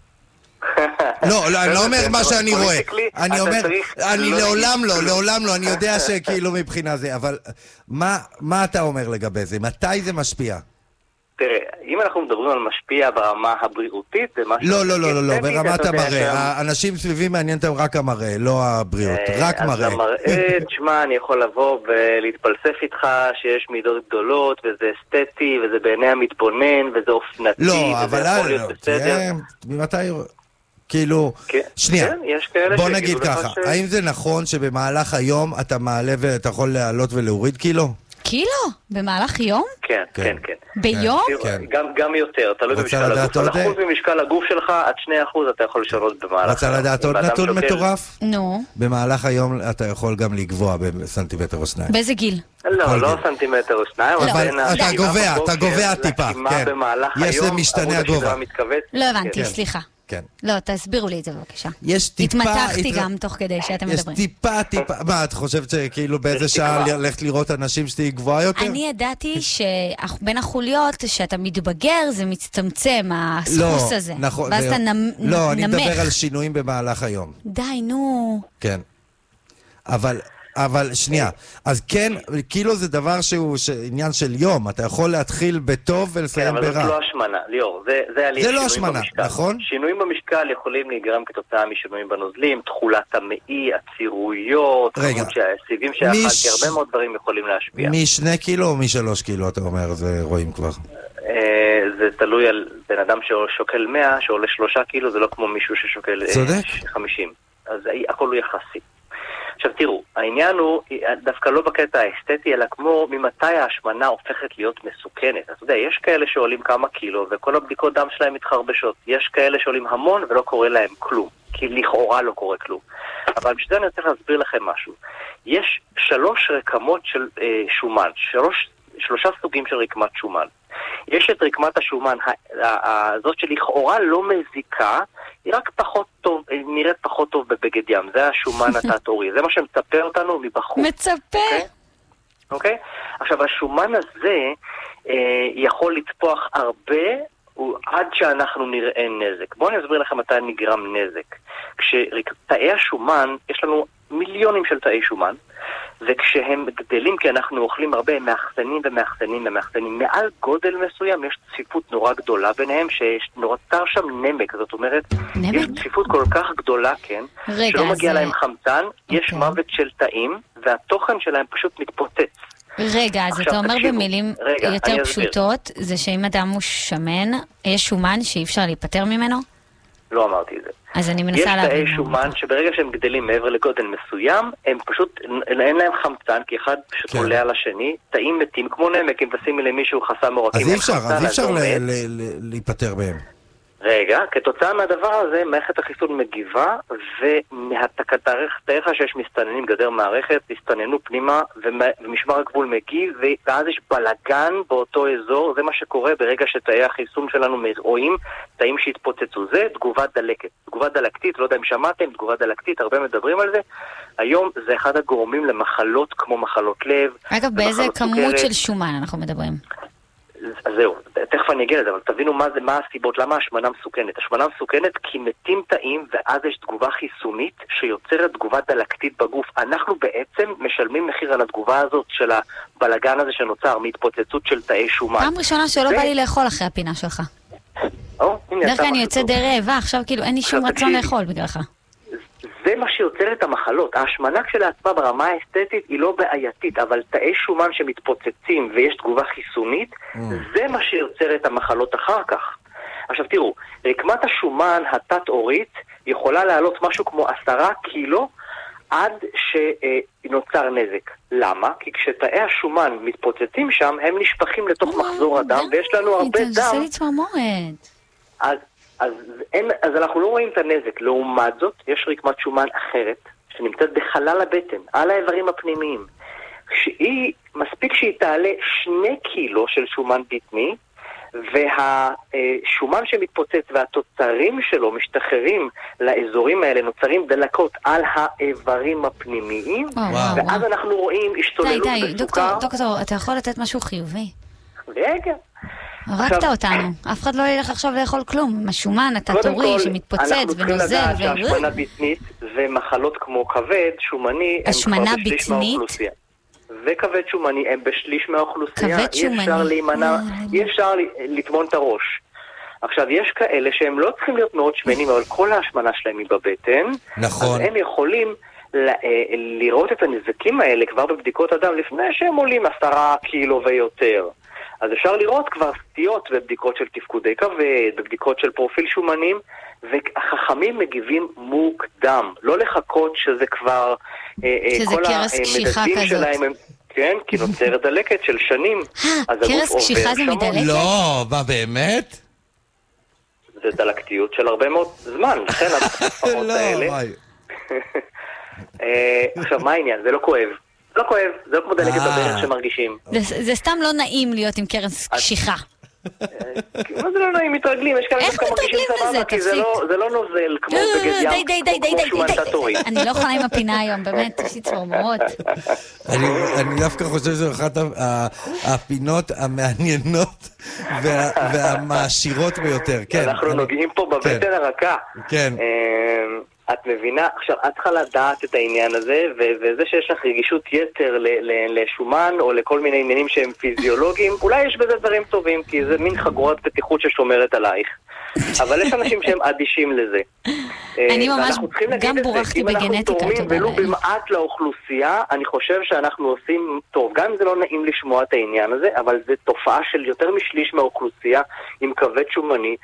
C: לא, לא, אני לא אומר מה שאני רואה.
E: פוליטיקלי,
C: אני
E: אתה
C: אומר,
E: צריך
C: אני
E: לא
C: לעולם
E: להגיד
C: לא,
E: כלום.
C: לעולם לא, אני יודע שכאילו מבחינה זה, אבל מה- מה אתה אומר לגבי זה? מתי זה משפיע?
E: תראה, אם אנחנו מדברים על משפיע ברמה הבריאותית, זה משהו...
C: לא, לא, לא, לא, לא,
E: אסתטי, כן, אתה
C: ברמת
E: יודע,
C: המראה.
E: גם-
C: האנשים סביבי מעניין אותם רק המראה, לא הבריאות,
E: אה,
C: רק מראה.
E: אז המראה, תשמע, אני יכול לבוא ולהתפלסף איתך שיש מידות גדולות, וזה אסתטי, וזה בעיני המתבונן, וזה אופנתי,
C: לא,
E: וזה
C: אבל
E: יכול
C: אה,
E: להיות
C: לא,
E: בסדר.
C: תראה, ממתי... כאילו,
E: כן,
C: שנייה,
E: כן, יש כאלה
C: בוא
E: שיגידו
C: נגיד
E: לך
C: ככה,
E: ש-
C: האם זה נכון שבמהלך היום אתה מעלה ואתה יכול להעלות ולהוריד קילו?
D: קילו? במהלך יום?
E: כן,
C: כן.
E: כן, כן.
D: ביום?
E: תראו,
C: כן.
E: גם, גם יותר, תלוי
C: רוצה
E: במשקל
C: לדעת
E: הגוף. על
C: עוד? אה?
E: אחוז ממשקל הגוף שלך, עד 2% אתה יכול לשנות במהלך.
C: רצה
E: היום.
C: לדעת
E: אם
C: עוד
E: אדם
C: נתון
E: שוקל-
C: מטורף?
D: נו,
C: במהלך היום אתה יכול גם לגבוה בסנטימטר או שניים.
D: באיזה גיל?
C: כל
E: לא, לא
C: גיל.
E: סנטימטר או שניים,
D: אבל
E: בין
C: כן. אתה
E: השבעה
C: גובע, אתה
E: בבוקר
C: גובע טיפה,
E: לקימה
C: כן.
E: במהלך
C: יש
E: היום,
C: זה משתנה
E: עמוד
C: הגובה.
E: השדרה מתכווץ.
D: לא הבנתי,
E: כן.
D: סליחה.
C: כן.
D: לא, תסבירו לי את זה בבקשה.
C: יש טיפה...
D: התמתחתי
C: התר- אה,
D: גם תוך כדי שאתם
C: יש
D: מדברים.
C: טיפה, טיפה... מה, את חושבת שכאילו באיזה
E: יש
C: שעה
E: תקווה.
C: ללכת לראות אנשים שתהיי גבוהה יותר?
D: אני ידעתי שבין החוליות, שאתה מתבגר, זה מצטמצם, הסחוס הזה.
C: נכון.
D: ואז
C: זה-
D: אתה נמ- נמך.
C: לא, אני מדבר על שינויים במהלך היום.
D: די, נו.
C: כן. אבל, אבל שנייה. אז כן, כאילו זה דבר שהוא ש... עניין של יום. אתה יכול להתחיל בטוב
E: כן,
C: ולסיים
E: אבל זאת
C: ברע.
E: לא השמנה, ליאור, זה, זה הליך
C: זה לא
E: שינויים
C: השמנה,
E: במשקל.
C: נכון?
E: שינויים במשקל יכולים להיגרם כתוצאה משינויים בנוזלים, תכולת המעי, עצירויות,
C: רגע.
E: כמות שה- סיבים שאכלתי,
C: מיש-
E: הרבה מאוד דברים יכולים להשפיע.
C: משני קילו או משלוש קילו, אתה אומר, זה רואים כבר.
E: אה, זה תלוי על בן אדם ששוקל 100, שעולה 3 קילו, זה לא כמו מישהו ששוקל אה,
C: צודק.
E: 50. אז ה- הכל הוא יחסי. עכשיו תראו, העניין הוא אה, דווקא לא בקטע האסתטי, אלא כמו ממתי ההשמנה הופכת להיות מסוכנת. אתה יודע, יש כאלה שעולים כמה קילו וכל הבדיקות דם שלהם מתחרבשות. יש כאלה שעולים המון ולא קורה להם כלום, כי לכאורה לא קורה כלום. אבל בשביל זה אני רוצה להסביר לכם משהו. יש שלוש רקמות של אה, שומן, שלוש, שלושה סוגים של רקמת שומן. יש את רקמת השומן ה- ה- ה- הזאת שלכאורה לא מזיקה, היא רק פחות טוב, היא נראית פחות טוב בבגד ים, זה השומן התת-עורי, זה מה שמצפה אותנו מבחוץ.
D: מצפה.
E: אוקיי? אוקיי? עכשיו, השומן הזה אה, יכול לטפוח הרבה הוא- עד שאנחנו נראה נזק. בואו אני אסביר לכם מתי נגרם נזק. כשתאי השומן, יש לנו מיליונים של תאי שומן, וכשהם גדלים, כי אנחנו אוכלים הרבה, הם מאחסנים ומאחסנים ומאחסנים. מעל גודל מסוים יש צפיפות נורא גדולה ביניהם, שנותר שם נמק, זאת אומרת,
D: נמק?
E: יש צפיפות כל כך גדולה, כן,
D: רגע,
E: שלא מגיע
D: אז- אה,
E: להם חמצן, יש
D: אוקיי.
E: מוות של תאים, והתוכן שלהם פשוט מתפוצץ.
D: רגע, אז
E: עכשיו,
D: אתה אומר
E: תקשיבו.
D: במילים
E: רגע,
D: יותר
E: אני אסביר.
D: פשוטות, זה שאם אדם הוא שמן, יש שומן שאי אפשר להיפטר ממנו?
E: לא אמרתי את זה.
D: אז אני
E: יש
D: מנסה להבין.
E: תאי שומן שברגע שהם גדלים מעבר לגודל מסוים, הם פשוט, אין להם חמצן, כי אחד פשוט
C: כן.
E: עולה על השני, תאים מתים כמו נמק, אם תשימי למישהו חסם עורקים,
C: אז אי
E: אין
C: אפשר,
E: חמצן,
C: אז אי אפשר
E: הוא
C: ל-
E: מת.
C: ל- ל- להיפטר מהם.
D: אוקיי.
E: רגע, כתוצאה מהדבר הזה, מערכת החיסון מגיבה, ותאר לך שיש מסתננים, גדר מערכת, הסתננו פנימה, ומ- ומשמר הגבול מגיב, ו- ואז יש בלגן באותו אזור, זה מה שקורה ברגע שתאי החיסון שלנו רואים תאים שהתפוצצו. זה תגובה דלקת. תגובה דלקתית, לא יודע אם שמעתם, תגובה דלקתית, הרבה מדברים על זה. היום זה אחד הגורמים למחלות כמו מחלות לב.
D: אגב, באיזה
E: ומחלות
D: כמות
E: סוכרת.
D: של שומן אנחנו מדברים?
E: אז זהו, תכף אני אגיע לזה, אבל תבינו מה, זה, מה הסיבות, למה השמנה מסוכנת. השמנה מסוכנת כי מתים תאים ואז יש תגובה חיסונית שיוצרת תגובה דלקתית בגוף. אנחנו בעצם משלמים מחיר על התגובה הזאת של הבלגן הזה שנוצר מהתפוצצות של תאי שומן.
D: פעם ראשונה שלא
E: זה-
D: בא לי לאכול אחרי הפינה שלך.
E: או, הנה,
D: בדרך
E: יצא
D: כלל אני
E: משהו
D: יוצאת
E: טוב.
D: די רעבה, עכשיו כאילו אין לי שום
E: עכשיו
D: רצון
E: תקשיבי.
D: לאכול בגללך.
E: זה מה שיוצר את המחלות. ההשמנה כשלעצמה ברמה האסתטית היא לא בעייתית, אבל תאי שומן שמתפוצצים ויש תגובה חיסונית, זה מה שיוצר את המחלות אחר כך. עכשיו תראו, רקמת השומן התת-עורית יכולה לעלות משהו כמו עשרה קילו עד שנוצר נזק. למה? כי כשתאי השומן מתפוצצים שם, הם נשפכים לתוך מחזור הדם, ויש לנו הרבה
D: אה, זה עושה
E: דם.
D: לי צמרמורת.
E: אז, אז, אין, אז אנחנו לא רואים את הנזק. לעומת זאת, יש רקמת שומן אחרת, שנמצאת בחלל הבטן, על האיברים הפנימיים. כשהיא, מספיק שהיא תעלה שני קילו של שומן בטני, והשומן שמתפוצץ והתוצרים שלו משתחררים לאזורים האלה, נוצרים דלקות על האיברים הפנימיים,
D: וואו,
C: וואו.
D: וואו,
E: ואז
D: וואו.
E: אנחנו רואים
D: די,
E: השתוללות
D: אה, די,
E: בסוכר.
D: דוקטור, דוקטור, אתה יכול לתת משהו חיובי?
E: רגע.
D: הרגת
E: עכשיו-
D: אותנו. אף אחד לא ילך עכשיו לאכול כלום. עם השומן, התת-עורי, שמתפוצץ
E: אנחנו צריכים
D: ונוזל.
E: לדעת
D: ו-
E: שהשמנה בטנית ומחלות כמו כבד, שומני, הם
D: השמנה
E: כבר בשליש
D: בטנית?
E: מהאוכלוסייה. וכבד שומני הם בשליש מהאוכלוסייה.
D: כבד
E: אי אפשר
D: שומני. אה, לא,
E: להימנע, אי אפשר ל- לטמון את הראש. עכשיו, יש כאלה שהם לא צריכים להיות מאוד שמנים, אבל כל ההשמנה שלהם היא בבטן.
C: נכון.
E: אז הם יכולים ל- אה, לראות את הנזקים האלה כבר בבדיקות הדם לפני שהם עולים עשרה קילו ויותר. אז אפשר לראות כבר סטיות בבדיקות של תפקודי כבד, בבדיקות של פרופיל שומנים, והחכמים מגיבים מוקדם. לא לחכות שזה כבר... אה, אה,
D: שזה
E: כל
D: קרס
E: המדדים
D: קשיחה כזאת. אה,
E: שלהם הם... כן, כי נוצרת דלקת של שנים. אז הגוף
D: קרס
E: עובר
D: קשיחה זה
E: שמות.
D: מדלקת?
C: לא, מה באמת?
E: זה דלקתיות של הרבה מאוד זמן, לכן התקופות
C: לא,
E: האלה...
C: וואי.
E: אה, עכשיו, מה העניין? זה לא כואב. זה לא כואב, זה לא כמו דלקת
C: אה.
E: בברך שמרגישים.
D: זה- זה סתם לא נעים להיות עם קרס קשיחה.
E: מה זה לא נעים? מתרגלים, יש כאלה
D: איך
E: שדווקא מרגישים
D: מתרגלים
E: סבבה,
D: לזה?
E: כי זה
D: תפסיק.
E: לא- זה לא נוזל כמו
D: אה,
E: בגד
D: די,
E: ים,
D: די, די, די,
E: כמו
D: די,
E: שומן
D: די.
E: תת-עורי.
D: אני לא יכולה עם הפינה היום, באמת, יש לי צמרמורות.
C: אני- אני דווקא חושב שזו אחת ה- ה- הפינות המעניינות וה- והמעשירות ביותר, כן.
E: אנחנו
C: אני-
E: נוגעים פה
C: כן.
E: בבטן הרכה.
C: כן.
E: אה, את מבינה? עכשיו, את צריכה לדעת את העניין הזה, ו- וזה שיש לך רגישות יתר ל- ל- לשומן או לכל מיני עניינים שהם פיזיולוגיים, אולי יש בזה דברים טובים, כי זה מין חגורת בטיחות ששומרת עלייך. אבל יש אנשים שהם אדישים לזה. אה,
D: אני ממש
E: ואנחנו צריכים להגיד
D: גם
E: את זה.
D: בורחתי
E: אם
D: בגנטיקה,
E: אנחנו תורמים
D: תודה
E: ולו
D: לאל.
E: במעט לאוכלוסייה, אני חושב שאנחנו עושים טוב. גם אם זה לא נעים לשמוע את העניין הזה, אבל זו תופעה של יותר משליש מהאוכלוסייה עם כבד שומני,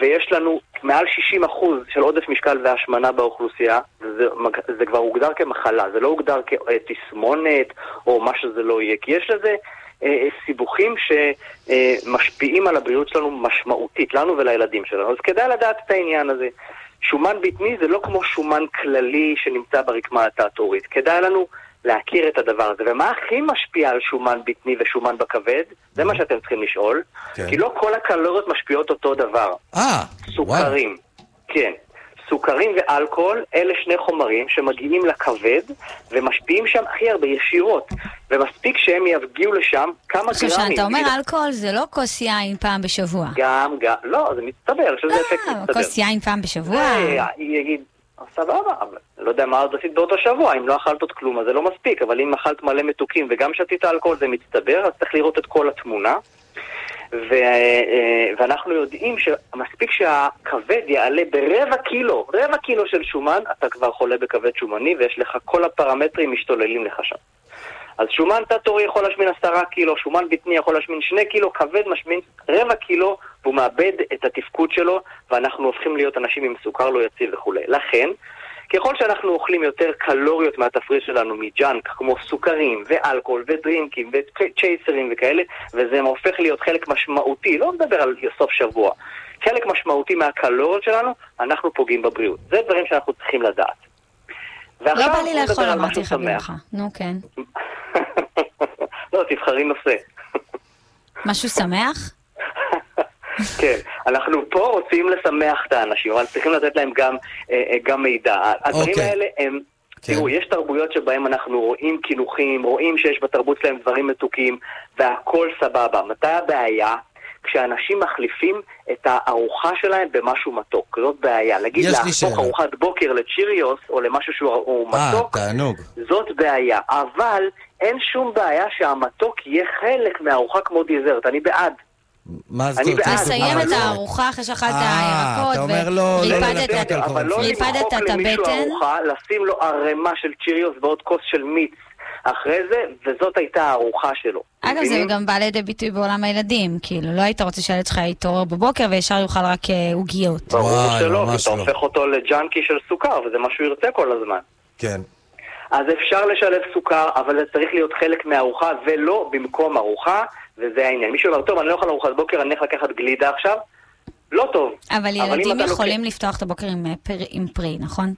E: ויש לנו מעל 60% של עודף משקל והשמנה באוכלוסייה, וזה מג- זה כבר הוגדר כמחלה, זה לא הוגדר כתסמונת או מה שזה לא יהיה, כי יש לזה... אה, אה, סיבוכים שמשפיעים על הבריאות שלנו משמעותית, לנו ולילדים שלנו. אז כדאי לדעת את העניין הזה. שומן בטני זה לא כמו שומן כללי שנמצא ברקמה התת-עורית. כדאי לנו להכיר את הדבר הזה. ומה הכי משפיע על שומן בטני ושומן בכבד? זה מה שאתם צריכים לשאול.
C: Mhm. כן.
E: כי לא כל הקלוריות משפיעות אותו דבר.
C: אה, וואו.
E: סוכרים, כן. סוכרים ואלכוהול, אלה שני חומרים שמגיעים לכבד ומשפיעים שם הכי הרבה ישירות. ומספיק שהם יגיעו לשם כמה
D: עכשיו,
E: גרמים.
D: כשאתה אומר
E: נגיד,
D: אלכוהול, זה לא כוס יין פעם בשבוע.
E: גם, גם, לא, זה מצטבר, שזה אפקט
D: אה,
E: מצטבר.
D: כוס יין פעם בשבוע.
E: אה, היא יגיד, סבבה, אבל לא יודע מה עוד עשית באותו שבוע, אם לא אכלת עוד כלום אז זה לא מספיק, אבל אם אכלת מלא מתוקים וגם שתית אלכוהול זה מצטבר, אז צריך לראות את כל התמונה. ו, אה, ואנחנו יודעים שמספיק שהכבד יעלה ברבע קילו, רבע קילו של שומן, אתה כבר חולה בכבד שומני ויש לך כל הפרמטרים משתוללים לך שם. אז שומן תת-עורי יכול להשמין עשרה קילו, שומן בטני יכול להשמין שני קילו, כבד משמין רבע קילו, והוא מאבד את התפקוד שלו, ואנחנו הופכים להיות אנשים עם סוכר לא יציב וכולי. לכן, ככל שאנחנו אוכלים יותר קלוריות מהתפריט שלנו מג'אנק, כמו סוכרים, ואלכוהול, ודרינקים, וצ'ייסרים וכאלה, וזה הופך להיות חלק משמעותי, לא מדבר על סוף שבוע, חלק משמעותי מהקלוריות שלנו, אנחנו פוגעים בבריאות. זה דברים שאנחנו צריכים לדעת.
D: לא
E: ועכשיו
D: בא לי
E: בוא נדבר
D: לאכול,
E: על
D: אמרתי
E: משהו
D: לך
E: שמח.
D: במיוחד. נו, כן.
E: לא, תבחרי נושא.
D: משהו שמח?
E: כן, אנחנו פה רוצים לשמח את האנשים, אבל צריכים לתת להם גם, אה, אה, גם מידע. הדברים
C: אוקיי.
E: האלה הם...
C: כן.
E: תראו, יש תרבויות שבהן אנחנו רואים קינוחים, רואים שיש בתרבות שלהם דברים מתוקים, והכל סבבה. מתי הבעיה? כשאנשים מחליפים את הארוחה שלהם במשהו מתוק. זאת בעיה. להגיד
C: יש לי
E: להפוך
C: שאלה.
E: ארוחת בוקר לצ'יריוס או למשהו שהוא הוא
C: אה,
E: מתוק,
C: תענוג.
E: זאת בעיה. אבל אין שום בעיה שהמתוק יהיה חלק מהארוחה כמו דיזרט. אני בעד.
C: מה זאת
E: אני
C: אומרת?
E: בעד.
D: לסיים
E: אבל
D: את
E: לא.
D: הארוחה אחרי שאכלת
C: אה, אתה
D: ירקות,
C: אומר לא- לא
D: וריפדת
C: לנתק
D: את
C: על
D: ה...
E: אבל לא
D: ריפדת
E: למחוק
D: את
E: למישהו
D: הבטן?
E: ארוחה, לשים לו ערימה של צ'יריוס ועוד כוס של מיץ אחרי זה, וזאת הייתה הארוחה שלו.
D: אגב, זה
E: מבינים?
D: גם בא לידי ביטוי בעולם הילדים. כאילו, לא היית רוצה שהילד שלך יתעורר בבוקר וישר יאכל רק אה, עוגיות.
E: ברור
C: וואי,
E: שלא, כי
C: ממש
E: אתה
C: לא.
E: הופך אותו לג'אנקי של סוכר, וזה מה שהוא ירצה כל הזמן.
C: כן.
E: אז אפשר לשלב סוכר, אבל זה צריך להיות חלק מהארוחה, ולא במקום ארוחה, וזה העניין. מישהו אומר, טוב, אני לא אוכל ארוחת בוקר, אני הולך לקחת גלידה עכשיו? לא טוב.
D: אבל
E: אם
D: ילדים
E: אתה לוקח-
D: יכולים לפתוח את הבוקר עם, אה, פר- עם פרי, נכון?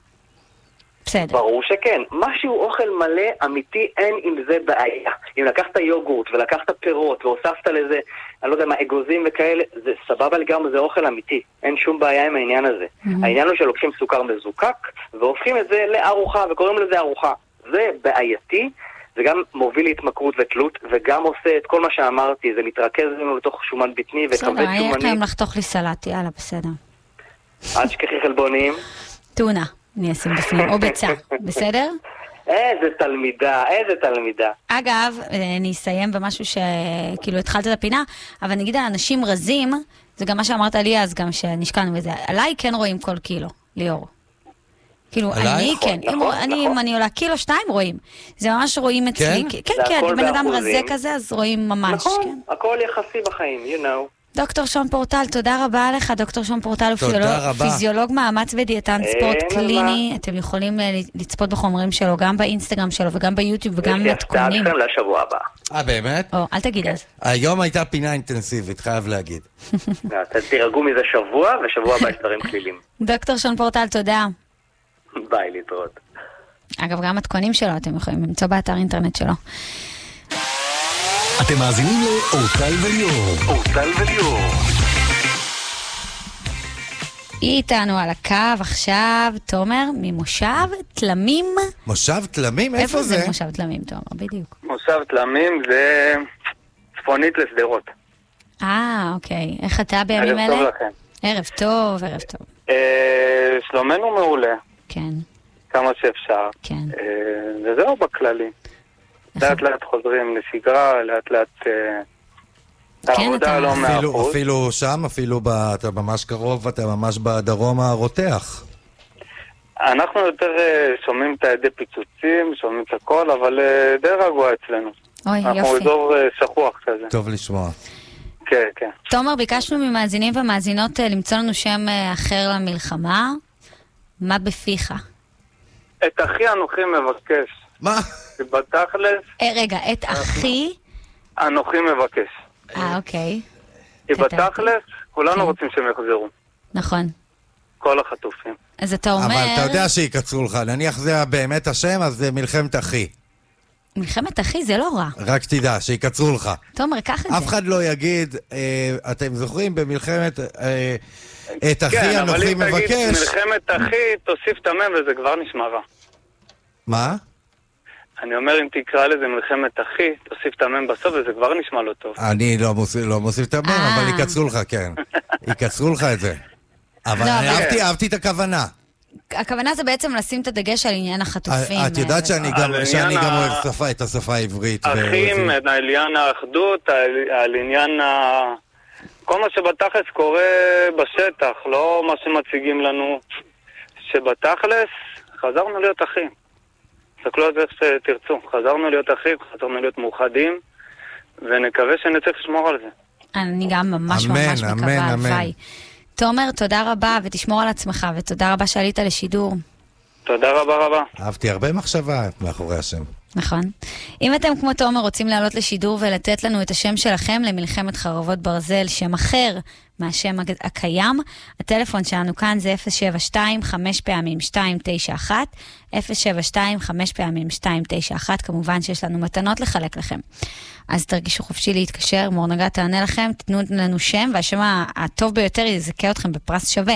D: בסדר.
E: ברור שכן. משהו אוכל מלא, אמיתי, אין עם זה בעיה. אם לקחת יוגורט ולקחת פירות והוספת לזה, אני לא יודע מה, אגוזים וכאלה, זה סבבה לגמרי, זה אוכל אמיתי. אין שום בעיה עם העניין הזה. העניין הוא שלוקחים סוכר מזוקק והופכים את זה לארוחה, וקוראים לזה ארוחה. זה בעייתי. זה גם מוביל להתמכרות ותלות, וגם עושה את כל מה שאמרתי, זה מתרכז לנו לתוך שומן בטני וכבד
D: בסדר, היה
E: שומני,
D: להם לחתוך לי סלט, יאללה, בסדר.
E: אל תשכחי חלבונים.
D: טונה, אני אשים בפנים, או ביצה, בסדר?
E: איזה תלמידה, איזה תלמידה.
D: אגב, אה, אני אסיים במשהו שכאילו התחלת את הפינה, אבל נגיד על אנשים רזים, זה גם מה שאמרת לי אז גם שנשקענו בזה, עליי כן רואים כל קילו, ליאור. כאילו,
C: עלייך?
D: אני
E: נכון,
D: כן, אם
E: נכון,
D: אני-
E: נכון.
D: אם אני עולה קילו, שניים רואים. זה ממש רואים אצלי.
C: כן?
D: כי- כן,
E: זה
D: כן,
E: הכל
D: בן אדם רזה
E: באחוזים.
D: כזה, אז רואים ממש. כן.
E: נכון, הכל יחסי בחיים, you know.
D: דוקטור שון פורטל, תודה רבה לך. דוקטור שון פורטל הוא
C: תודה
D: פיזיולוג-
C: רבה.
D: פיזיולוג מאמץ ודיאטן
E: אין
D: ספורט
E: על
D: קליני. אתם יכולים אה, לצפות בחומרים שלו, גם באינסטגרם שלו וגם ביוטיוב
E: יש
D: וגם
E: לי הפתעה
D: מתכונים.
E: לכם לשבוע הבא.
C: אה, באמת?
D: או, אל תגיד אז.
C: היום הייתה פינה אינטנסיבית, חייב להגיד.
E: אתם אה, תירגעו מזה שבוע, ושבוע הבא יש דברים כלילים.
D: דוקטור שון פורטל, תודה.
E: ביי, להתראות.
D: אגב, גם מתכונים שלו אתם יכולים למצוא באתר אינטרנט שלו.
A: אתם מאזינים לאורטל וליאור.
E: אורטל וליאור.
D: היא איתנו על הקו עכשיו, תומר, ממושב תלמים.
C: מושב תלמים?
D: איפה
C: איפה
D: זה
C: זה?
D: מושב תלמים, תומר? בדיוק.
F: מושב תלמים זה צפונית לשדרות.
D: אה, אוקיי. איך אתה בימים
F: ערב טוב
D: אלה?
F: לכם.
D: ערב טוב, ערב טוב.
F: אה, שלומנו מעולה,
D: כן,
F: כמה שאפשר.
D: כן.
F: אה, וזהו בכללי. לאט לאט חוזרים לשגרה, לאט לאט... אה,
D: כן, אתה-
F: העבודה לא מאה
C: אפילו-
F: אחוז.
C: אפילו שם, אפילו ב... אתה ממש קרוב, אתה ממש בדרום הרותח.
F: אנחנו יותר אה, שומעים את הידי פיצוצים, שומעים את הכל, אבל אה, די רגוע אצלנו.
D: אוי,
F: אנחנו
D: יופי.
F: אזור אה, שכוח כזה.
C: טוב לשמוע.
F: כן, כן.
D: תומר, ביקשנו ממאזינים ומאזינות אה, למצוא לנו שם אה, אחר למלחמה. מה בפיך? אה,
F: את אחי אנוכי מבקש,
C: מה?
F: כי בתכלס
D: אה, רגע, את אחי...
F: אנוכי מבקש.
D: אה, אוקיי.
F: כי
D: כתבתי.
F: בתכלס
D: כן.
F: כולנו רוצים שהם יחזרו.
D: נכון.
F: כל החטופים.
D: אז אתה אומר...
C: אבל אתה יודע שיקצרו לך. נניח זה באמת השם, אז זה מלחמת אחי.
D: מלחמת אחי זה לא רע.
C: רק תדע, שיקצרו לך.
F: אוקיי.
D: תומר, קח את
C: אף
D: זה.
C: אחד לא יגיד, אה, אתם זוכרים במלחמת... אה, את אחי
F: כן, אבל
C: אנוכי
F: אם תגיד
C: מבקש.
F: מלחמת אחי, תוסיף את המם וזה כבר נשמע רע.
C: מה?
F: אני אומר, אם תקרא לזה מלחמת אחי, תוסיף את המם בסוף וזה כבר נשמע לא טוב.
C: אני לא מוסיף, לא מוסיף את המם,
D: אה.
C: אבל יקצרו לך, כן. יקצרו לך את זה. אבל
D: לא, אבל-
C: אהבתי, אהבתי את הכוונה.
D: הכוונה זה בעצם לשים את הדגש על עניין החטופים.
C: את יודעת
D: אה,
C: שאני
F: על
C: גם,
F: עניין
C: שאני גם
F: ה-
C: אוהב שפה, את השפה העברית.
F: אחים,
C: וזה-
F: על עניין האחדות, על- על עניין ה... כל מה שבתכלס קורה בשטח, לא מה שמציגים לנו. שבתכלס, חזרנו להיות אחים. תסתכלו על זה איך שתרצו. חזרנו להיות אחים, חזרנו להיות מאוחדים, ונקווה שנצליח לשמור על זה.
D: אני גם ממש
C: אמן,
D: ממש
C: אמן,
D: מקווה,
C: אמן.
D: הלוואי. תומר, תודה רבה, ותשמור על עצמך, ותודה רבה שעלית לשידור.
F: תודה רבה רבה.
C: אהבתי הרבה מחשבה מאחורי השם.
D: נכון. אם אתם כמו תומר רוצים לעלות לשידור ולתת לנו את השם שלכם למלחמת חרבות ברזל, שם אחר, מהשם הג- הקיים. הטלפון שלנו כאן זה 072 5 פעמים 291, 072 5 פעמים 291, כמובן שיש לנו מתנות לחלק לכם. אז תרגישו חופשי להתקשר, מורנגה תענה לכם, תתנו לנו שם, והשם ה- הטוב ביותר יזכה אתכם בפרס שווה.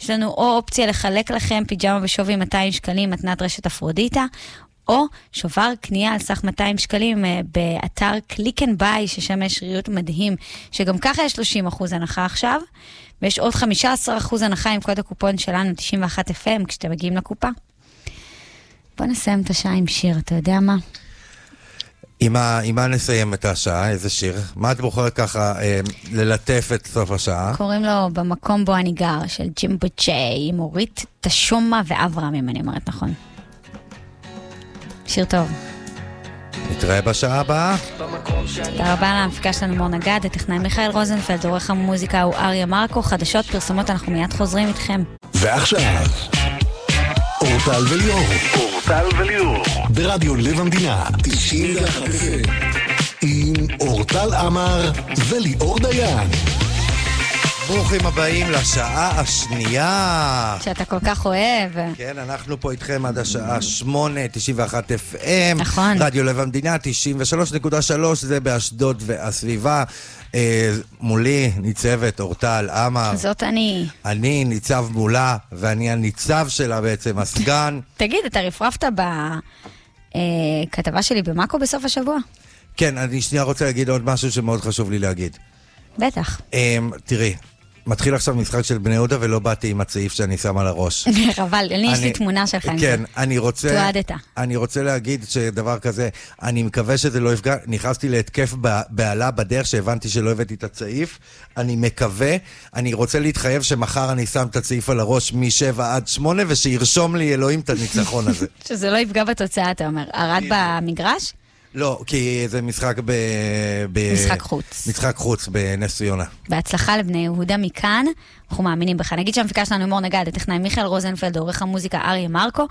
D: יש לנו או אופציה לחלק לכם פיג'מה בשווי 200 שקלים, מתנת רשת אפרודיטה, או שובר קנייה על סך 200 שקלים אה, באתר קליק אנד ביי, ששם יש ריהוט מדהים, שגם ככה יש 30 אחוז הנחה עכשיו, ויש עוד 15 אחוז הנחה עם קוד הקופון שלנו, 91 FM, כשאתם מגיעים לקופה. בוא נסיים את השעה עם שיר, אתה יודע מה?
C: עם מה- עם מה נסיים את השעה? איזה שיר? מה את בוחרת ככה אה, ללטף את סוף השעה?
D: קוראים לו במקום בו אני גר, של ג'ימבו ג'יי, עם אורית תשומה ואברהם, אם אני אומרת נכון. שיר טוב.
F: אוקיי.
C: נתראה בשעה הבאה.
D: תודה רבה להמפיקה שלנו מור נגד, הטכנאי מיכאל רוזנפלד, עורך המוזיקה הוא אריה מרקו, חדשות, פרסומות, אנחנו מיד חוזרים איתכם.
A: ועכשיו, אורטל וליאור,
B: אורטל וליאור.
A: ברדיו לב המדינה, 91 עם אורטל עמר וליאור דיין.
C: ברוכים הבאים לשעה השנייה.
D: שאתה כל כך אוהב.
C: כן, אנחנו פה איתכם עד השעה שמונה, 91 FM.
D: נכון.
C: רדיו לב המדינה, 93.3, זה באשדוד והסביבה. אה, מולי ניצבת אורטל עמר.
D: זאת אני.
C: אני ניצב מולה, ואני הניצב שלה בעצם, הסגן.
D: תגיד, אתה רפרפת בכתבה שלי במאקו בסוף השבוע?
C: כן, אני שנייה רוצה להגיד עוד משהו שמאוד חשוב לי להגיד.
D: בטח.
C: אמ, תראי, מתחיל עכשיו משחק של בני יהודה ולא באתי עם הצעיף שאני שם על הראש.
D: חבל, אני יש לי
C: אני-
D: תמונה שלך עם זה.
C: כן, אני רוצה...
D: תועדת.
C: אני רוצה להגיד שדבר כזה, אני מקווה שזה לא יפגע. נכנסתי להתקף ב- בהלה בדרך שהבנתי שלא הבאתי את הצעיף. אני מקווה, אני רוצה להתחייב שמחר אני שם את הצעיף על הראש משבע עד שמונה, ושירשום לי אלוהים את הניצחון הזה.
D: שזה לא יפגע בתוצאה, אתה אומר. ארד במגרש?
C: לא, כי זה משחק ב... ב...
D: משחק חוץ.
C: משחק חוץ בנס ציונה.
D: בהצלחה לבני יהודה מכאן, אנחנו מאמינים בך. נגיד שהמפיקה שלנו מור נגד, הטכנאי מיכאל רוזנפלד, עורך המוזיקה אריה מרקו.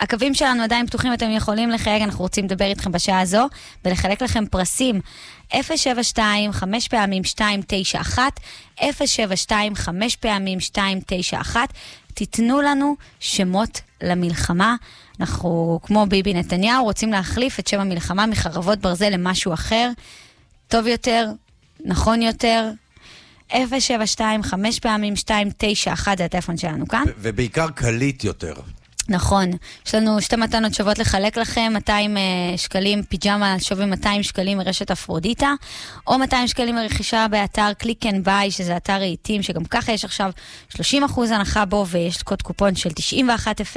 D: הקווים שלנו עדיין פתוחים, אתם יכולים לחייג, אנחנו רוצים לדבר איתכם בשעה הזו ולחלק לכם פרסים. 072, 5 פעמים 291, 072, 5 פעמים 291. תיתנו לנו שמות למלחמה. אנחנו, כמו ביבי נתניהו, רוצים להחליף את שם המלחמה מחרבות ברזל למשהו אחר. טוב יותר, נכון יותר. 072, חמש פעמים 291 זה הטלפון שלנו כאן.
C: ו- ובעיקר קליט יותר.
D: נכון, יש לנו שתי מתנות שוות לחלק לכם, 200 אה, שקלים פיג'מה על שווי 200 שקלים מרשת אפרודיטה, או 200 שקלים מרכישה באתר קליק אנד ביי, שזה אתר רהיטים, שגם ככה יש עכשיו 30% הנחה בו, ויש קוד קופון של 91 FM,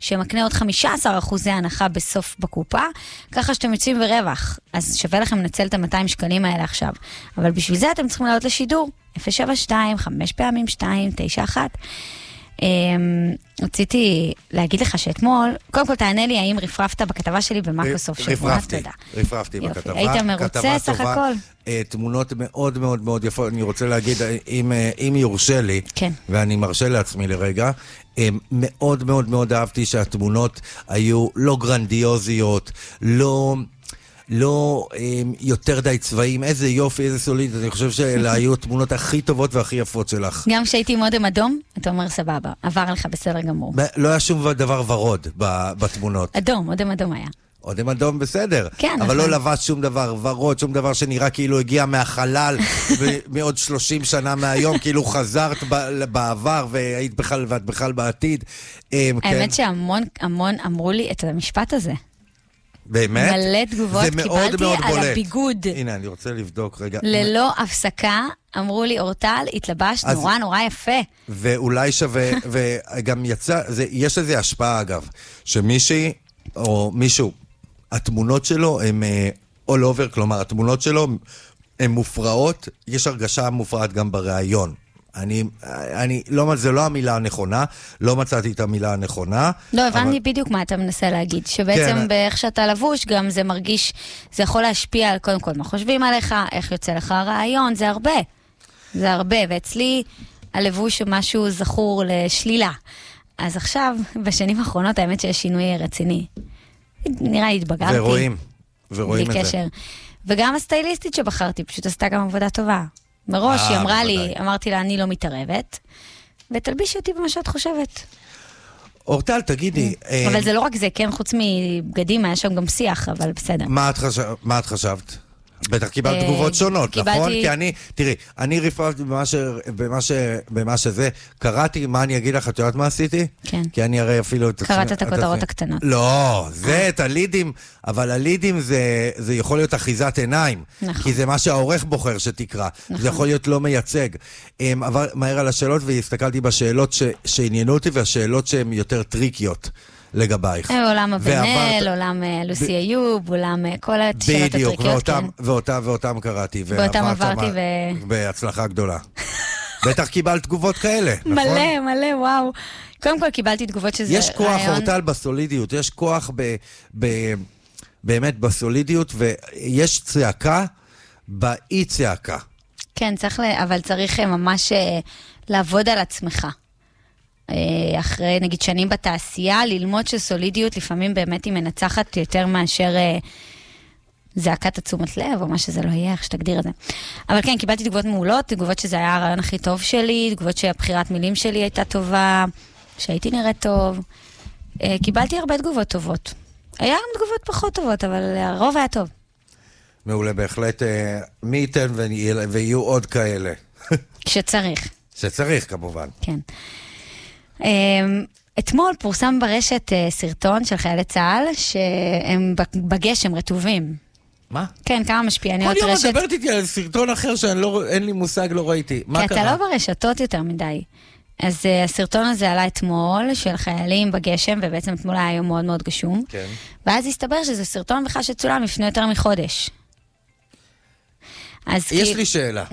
D: שמקנה עוד 15% הנחה בסוף בקופה, ככה שאתם יוצאים ברווח, אז שווה לכם לנצל את ה-200 שקלים האלה עכשיו. אבל בשביל זה אתם צריכים לעלות לשידור, 072, 5 פעמים 2, 9, 1. אמ, רציתי להגיד לך שאתמול, קודם כל תענה לי האם רפרפת בכתבה שלי במאקו סוף שבוע,
C: אה, רפרפתי,
D: תודה.
C: רפרפתי
D: יופי,
C: בכתבה.
D: היית מרוצה
C: כתבה
D: סך
C: טובה,
D: הכל?
C: אה, תמונות מאוד מאוד מאוד יפות. אני רוצה להגיד, אה, אם, אה, אם יורשה לי,
D: כן.
C: ואני מרשה לעצמי לרגע, אה, מאוד מאוד מאוד אהבתי שהתמונות היו לא גרנדיוזיות, לא... לא אה, יותר די צבעים, איזה יופי, איזה סוליד, אני חושב שאלה היו התמונות הכי טובות והכי יפות שלך.
D: גם כשהייתי עם אודם אדום, אתה אומר סבבה, עבר לך בסדר גמור.
C: לא היה שום דבר ורוד ב- בתמונות.
D: אדום, אודם אדום היה.
C: אודם אדום בסדר.
D: כן,
C: אבל לא
D: נכון.
C: לבש שום דבר ורוד, שום דבר שנראה כאילו הגיע מהחלל ו- מעוד 30 שנה מהיום, כאילו חזרת ב- בעבר והיית בכלל, ואת בכלל בעתיד. אמ, כן. אה,
D: האמת שהמון המון אמרו לי את המשפט הזה.
C: באמת?
D: מלא תגובות
C: זה מאוד
D: קיבלתי
C: מאוד
D: על
C: בולט.
D: הביגוד.
C: הנה, אני רוצה לבדוק רגע.
D: ללא הפסקה, אמרו לי, אורטל, התלבשת
C: אז-
D: נורא נורא יפה.
C: ואולי שווה, וגם יצא, זה, יש לזה השפעה אגב, שמישהי או מישהו, התמונות שלו הן אה, all over, כלומר התמונות שלו הן מופרעות, יש הרגשה מופרעת גם בריאיון. אני, אני, לא, זה לא המילה הנכונה, לא מצאתי את המילה הנכונה.
D: לא,
C: אבל-
D: הבנתי בדיוק מה אתה מנסה להגיד, שבעצם
C: כן.
D: באיך שאתה לבוש, גם זה מרגיש, זה יכול להשפיע על קודם כל מה חושבים עליך, איך יוצא לך הרעיון, זה הרבה. זה הרבה, ואצלי הלבוש הוא משהו זכור לשלילה. אז עכשיו, בשנים האחרונות, האמת שיש שינוי רציני. נראה לי התבגרתי.
C: ורואים, ורואים את
D: בלי
C: זה.
D: קשר. וגם הסטייליסטית שבחרתי, פשוט עשתה גם עבודה טובה. מראש
C: אה,
D: היא אמרה לי,
C: בוודאי.
D: אמרתי לה, אני לא מתערבת, ותלבישי אותי במה שאת חושבת.
C: אורטל, תגידי, אה,
D: אבל זה לא רק זה, כן, חוץ מבגדים, היה שם גם שיח, אבל בסדר.
C: מה את חשב- מה את חשבת? בטח קיבלת
D: אה,
C: תגובות שונות,
D: קיבלתי-
C: נכון? כי אני, תראי, אני רפרפתי במה ש- במה ש- במה שזה, קראתי, מה אני אגיד לך, את יודעת מה עשיתי?
D: כן.
C: כי אני הרי אפילו... את
D: קראת
C: עצמי-
D: את הכותרות
C: עצמי-
D: הקטנות. אה.
C: לא, זה את הלידים, אבל הלידים זה, זה יכול להיות אחיזת עיניים.
D: נכון.
C: כי זה מה שהעורך בוחר שתקרא. נכון. זה יכול להיות לא מייצג. אמ, עבר מהר על השאלות והסתכלתי בשאלות ש, שעניינו אותי והשאלות שהן יותר טריקיות לגבייך.
D: אה, עולם
C: ועברת-
D: אבנאל, עולם אה, לוסי איוב, עולם אה, כל
C: בדיוק,
D: השאלות הטריקיות, כן.
C: ואותם, ואותם, ואותם קראתי.
D: ואותם
C: ועברת
D: עברתי
C: מה-
D: ו-
C: בהצלחה גדולה. בטח קיבלת תגובות כאלה, נכון?
D: כן. מלא, מלא, וואו. קודם כל קיבלתי תגובות שזה
C: יש כוח,
D: רעיון-
C: אורטל, בסולידיות, יש כוח ב... ב... באמת בסולידיות, ויש צעקה באי צעקה.
D: כן, צריך, ל- אבל צריך אה, ממש אה, לעבוד על עצמך. אה, אחרי, נגיד, שנים בתעשייה, ללמוד שסולידיות לפעמים באמת היא מנצחת יותר מאשר אה, זעקת התשומת לב, או מה שזה לא יהיה, איך שתגדיר את זה. אבל כן, קיבלתי תגובות מעולות, תגובות שזה היה הרעיון הכי טוב שלי, תגובות שהבחירת מילים שלי הייתה טובה, שהייתי נראית טוב. אה, קיבלתי הרבה תגובות טובות. היה גם תגובות פחות טובות, אבל הרוב היה טוב.
C: מעולה, בהחלט. אה, מי ייתן ויהיה- ויהיו עוד כאלה.
D: כשצריך.
C: שצריך, כמובן.
D: כן. אמ, אתמול פורסם ברשת אה, סרטון של חיילי צה"ל, שהם ב- בגשם רטובים.
C: מה?
D: כן, כמה
C: כל
D: משפיעניות
C: יום את
D: רשת.
C: מדברת איתי על סרטון אחר שאני לא... אין לי מושג, לא ראיתי. מה
D: כי אתה
C: קרה?
D: לא ברשתות יותר מדי. אז אה, הסרטון הזה עלה אתמול, של חיילים בגשם, ובעצם אתמול היה יום מאוד מאוד גשום.
C: כן.
D: ואז הסתבר שזה סרטון בכלל שצולם לפני יותר מחודש. אז
C: יש
D: כאילו-
C: לי שאלה.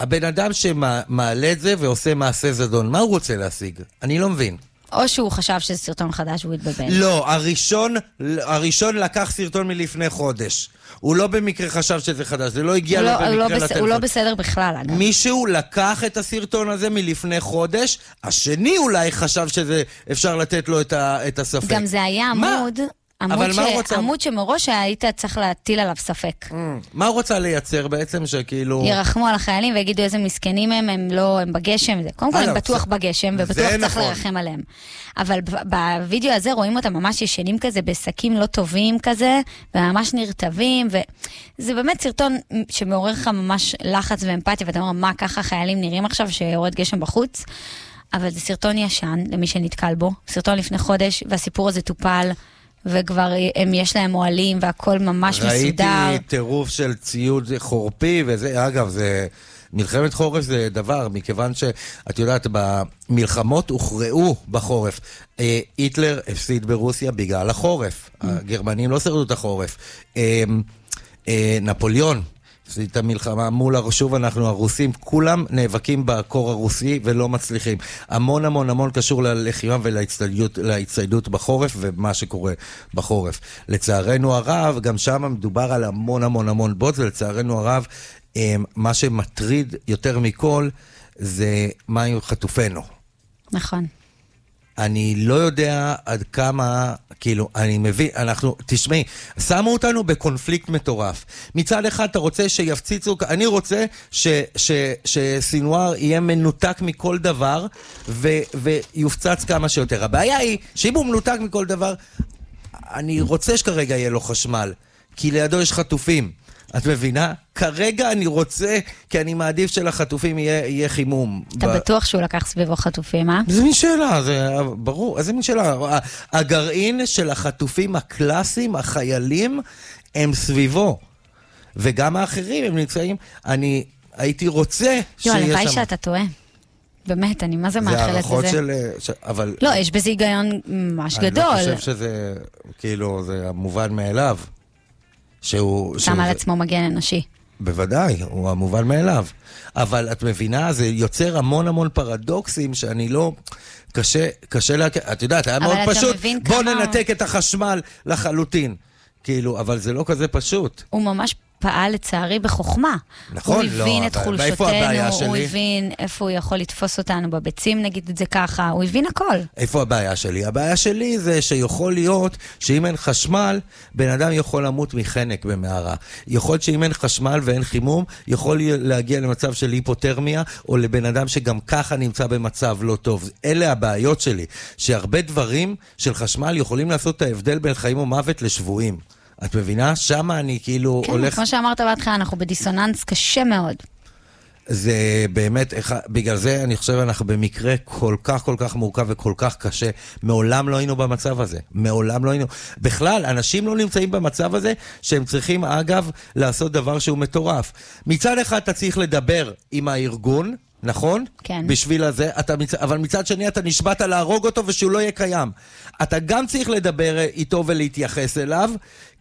C: הבן אדם שמעלה את זה ועושה מעשה זדון, מה הוא רוצה להשיג? אני לא מבין.
D: או שהוא חשב שזה סרטון חדש והוא התבלבל.
C: לא, הראשון, הראשון לקח סרטון מלפני חודש. הוא לא במקרה חשב שזה חדש, זה לא הגיע
D: הוא
C: לו
D: לא- הוא לא
C: במקרה
D: בס- הוא לא
C: לטלפון.
D: בסדר בכלל, אגב.
C: מישהו לקח את הסרטון הזה מלפני חודש, השני אולי חשב שזה אפשר לתת לו את, ה, את הספק.
D: גם זה היה
C: מה?
D: עמוד,
C: אבל
D: עמוד,
C: מה הוא
D: ש...
C: רוצה? Mm.
D: עמוד שמראש היית צריך להטיל עליו ספק.
C: מה הוא רוצה לייצר בעצם שכאילו...
D: ירחמו על החיילים ויגידו איזה מסכנים הם, הם לא, הם בגשם. זה. קודם כל,
C: אה, לא,
D: הם בטוח
C: זה-
D: בגשם,
C: זה
D: ובטוח צריך
C: נכון.
D: לרחם עליהם. אבל ב- בווידאו הזה רואים אותם ממש ישנים כזה, בשקים לא טובים כזה, וממש נרטבים, וזה באמת סרטון שמעורר לך ממש לחץ ואמפתיה, ואתה אומר, מה, ככה חיילים נראים עכשיו שיורד גשם בחוץ? אבל זה סרטון ישן, למי שנתקל בו, סרטון לפני חודש, והסיפור הזה טופל, וכבר אה, הם, יש להם אוהלים, והכל ממש מסודר.
C: ראיתי טירוף של ציוד חורפי, וזה, אגב, זה... מלחמת חורף זה דבר, מכיוון שאת יודעת, במלחמות הוכרעו בחורף. אה, היטלר הפסיד ברוסיה בגלל החורף.
D: Mm.
C: הגרמנים לא שרדו את החורף. אה, אה, נפוליאון הפסיד את המלחמה מול, הר- שוב אנחנו הרוסים, כולם נאבקים בקור הרוסי ולא מצליחים. המון המון המון קשור ללחימה ולהצטיידות להצטיידות בחורף ומה שקורה בחורף. לצערנו הרב, גם שם מדובר על המון המון המון בוץ, ולצערנו הרב, אה, מה שמטריד יותר מכל זה מה עם חטופינו.
D: נכון.
C: אני לא יודע עד כמה, כאילו, אני מבין, אנחנו, תשמעי, שמו אותנו בקונפליקט מטורף. מצד אחד אתה רוצה שיפציצו, אני רוצה ש, ש, שסינואר יהיה מנותק מכל דבר ו, ויופצץ כמה שיותר. הבעיה היא שאם הוא מנותק מכל דבר, אני רוצה שכרגע יהיה לו חשמל, כי לידו יש חטופים. את מבינה? כרגע אני רוצה, כי אני מעדיף שלחטופים יהיה, יהיה חימום.
D: אתה
C: ב-
D: בטוח שהוא לקח סביבו חטופים, אה?
C: זה מין שאלה, זה ברור, איזה מין שאלה. ה- הגרעין של החטופים הקלאסיים, החיילים, הם סביבו. וגם האחרים, הם נמצאים, אני הייתי רוצה
D: יואו,
C: שיהיה
D: הלוואי
C: שם...
D: שאתה טועה. באמת, אני מה זה
C: זה
D: מאחלת
C: הערכות
D: לזה.
C: של... אה, ש- אבל...
D: לא, יש בזה היגיון ממש
C: אני לא
D: גדול.
C: חושב שזה, כאילו, זה המובן מאליו. שהוא...
D: שם
C: שהוא-
D: על עצמו מגן אנושי.
C: בוודאי, הוא המובן מאליו. אבל את מבינה, זה יוצר המון המון פרדוקסים שאני לא... קשה, קשה לה... את יודעת, היה
D: אבל
C: מאוד
D: אתה
C: פשוט,
D: מבין
C: בוא
D: כמה-
C: ננתק את החשמל לחלוטין. כאילו, אבל זה לא כזה פשוט.
D: הוא ממש פעל לצערי בחוכמה.
C: נכון,
D: הוא
C: לא,
D: הבין את
C: אבל- אבל
D: חולשותנו,
C: איפה הבעיה
D: הוא
C: שלי?
D: הבין איפה הוא יכול לתפוס אותנו בביצים, נגיד את זה ככה, הוא הבין הכל.
C: איפה הבעיה שלי? הבעיה שלי זה שיכול להיות שאם אין חשמל, בן אדם יכול למות מחנק במערה. יכול להיות שאם אין חשמל ואין חימום, יכול להגיע למצב של היפותרמיה, או לבן אדם שגם ככה נמצא במצב לא טוב. אלה הבעיות שלי, שהרבה דברים של חשמל יכולים לעשות את ההבדל בין חיים ומוות לשבויים. את מבינה? שמה אני כאילו
D: כן,
C: הולך...
D: כמו שאמרת בהתחלה, אנחנו בדיסוננס קשה מאוד.
C: זה באמת, אחד- בגלל זה אני חושב אנחנו במקרה כל כך כל כך מורכב וכל כך קשה. מעולם לא היינו במצב הזה. מעולם לא היינו. בכלל, אנשים לא נמצאים במצב הזה שהם צריכים, אגב, לעשות דבר שהוא מטורף. מצד אחד אתה צריך לדבר עם הארגון, נכון?
D: כן.
C: בשביל הזה, אתה מצ... אבל מצד שני אתה נשבעת להרוג אותו ושהוא לא יהיה קיים. אתה גם צריך לדבר איתו ולהתייחס אליו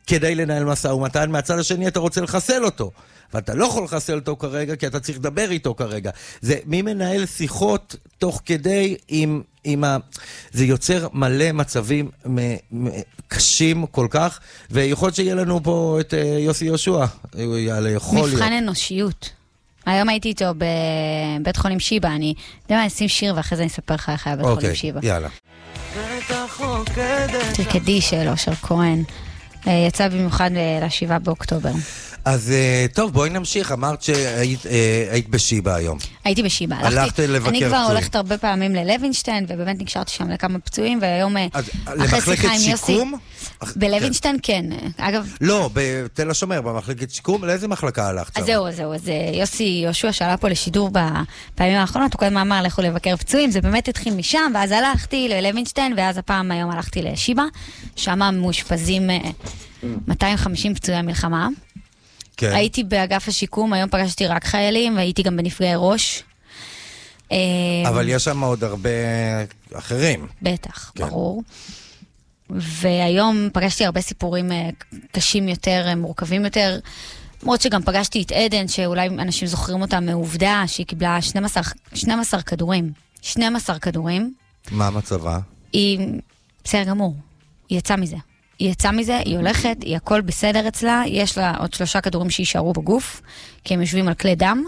C: כדי לנהל משא ומתן, מהצד השני אתה רוצה לחסל אותו. ואתה לא יכול לחסל אותו כרגע, כי אתה צריך לדבר איתו כרגע. זה מי מנהל שיחות תוך כדי עם, עם ה... זה יוצר מלא מצבים מ, מ, קשים כל כך, ויכול להיות שיהיה לנו פה את אה, יוסי יהושע. הוא יעלה, יכול להיות.
D: מבחן אנושיות. היום הייתי איתו בבית חולים שיבא, אני, אתה יודע מה, אשים שיר ואחרי זה אני אספר לך איך היה בית חולים שיבא.
C: אוקיי, יאללה.
D: תרקדי שלו, של כהן. אה, יצא במיוחד אה, לשבעה באוקטובר.
C: אז אה, טוב, בואי נמשיך. אמרת שהיית אה, היית בשיבא היום.
D: הייתי בשיבא.
C: הלכת
D: הלכתי-
C: לבקר
D: אני כבר
C: פצועים.
D: הולכת הרבה פעמים ללוינשטיין, ובאמת נקשרתי שם לכמה פצועים, והיום אה,
C: אז
D: אחרי
C: למחלקת
D: שיחה עם יוסי...
C: שיקום? אח-
D: בלוינשטיין כן. אה, אגב,
C: כן. לא, בתל השומר, במחלקת שיקום? לאיזה מחלקה הלכת שם?
D: אז זהו, אז זהו, אז אה, יוסי יהושע שעלה פה לשידור בפעמים האחרונות, הוא כל הזמן אמר לכו לבקר פצועים, זה באמת התחיל משם, ואז הלכתי ללוינשטיין, ואז הפעם היום הלכתי לשיבא, שם מאושפזים אה, 250 פצועי המלחמה.
C: כן.
D: הייתי באגף השיקום, היום פגשתי רק חיילים, והייתי גם בנפגעי ראש. אה,
C: אבל יש שם עוד הרבה אחרים.
D: בטח,
C: כן.
D: כן. ברור. והיום פגשתי הרבה סיפורים אה, קשים יותר, אה, מורכבים יותר. למרות שגם פגשתי את עדן, שאולי אנשים זוכרים אותה מעובדה, שהיא קיבלה 12, 12 כדורים. 12 כדורים.
C: מה אה? מצבה?
D: היא בסדר גמור, היא יצאה מזה. היא יצאה מזה, היא הולכת, היא הכל בסדר אצלה, יש לה עוד שלושה כדורים שיישארו בגוף, כי הם יושבים על כלי דם,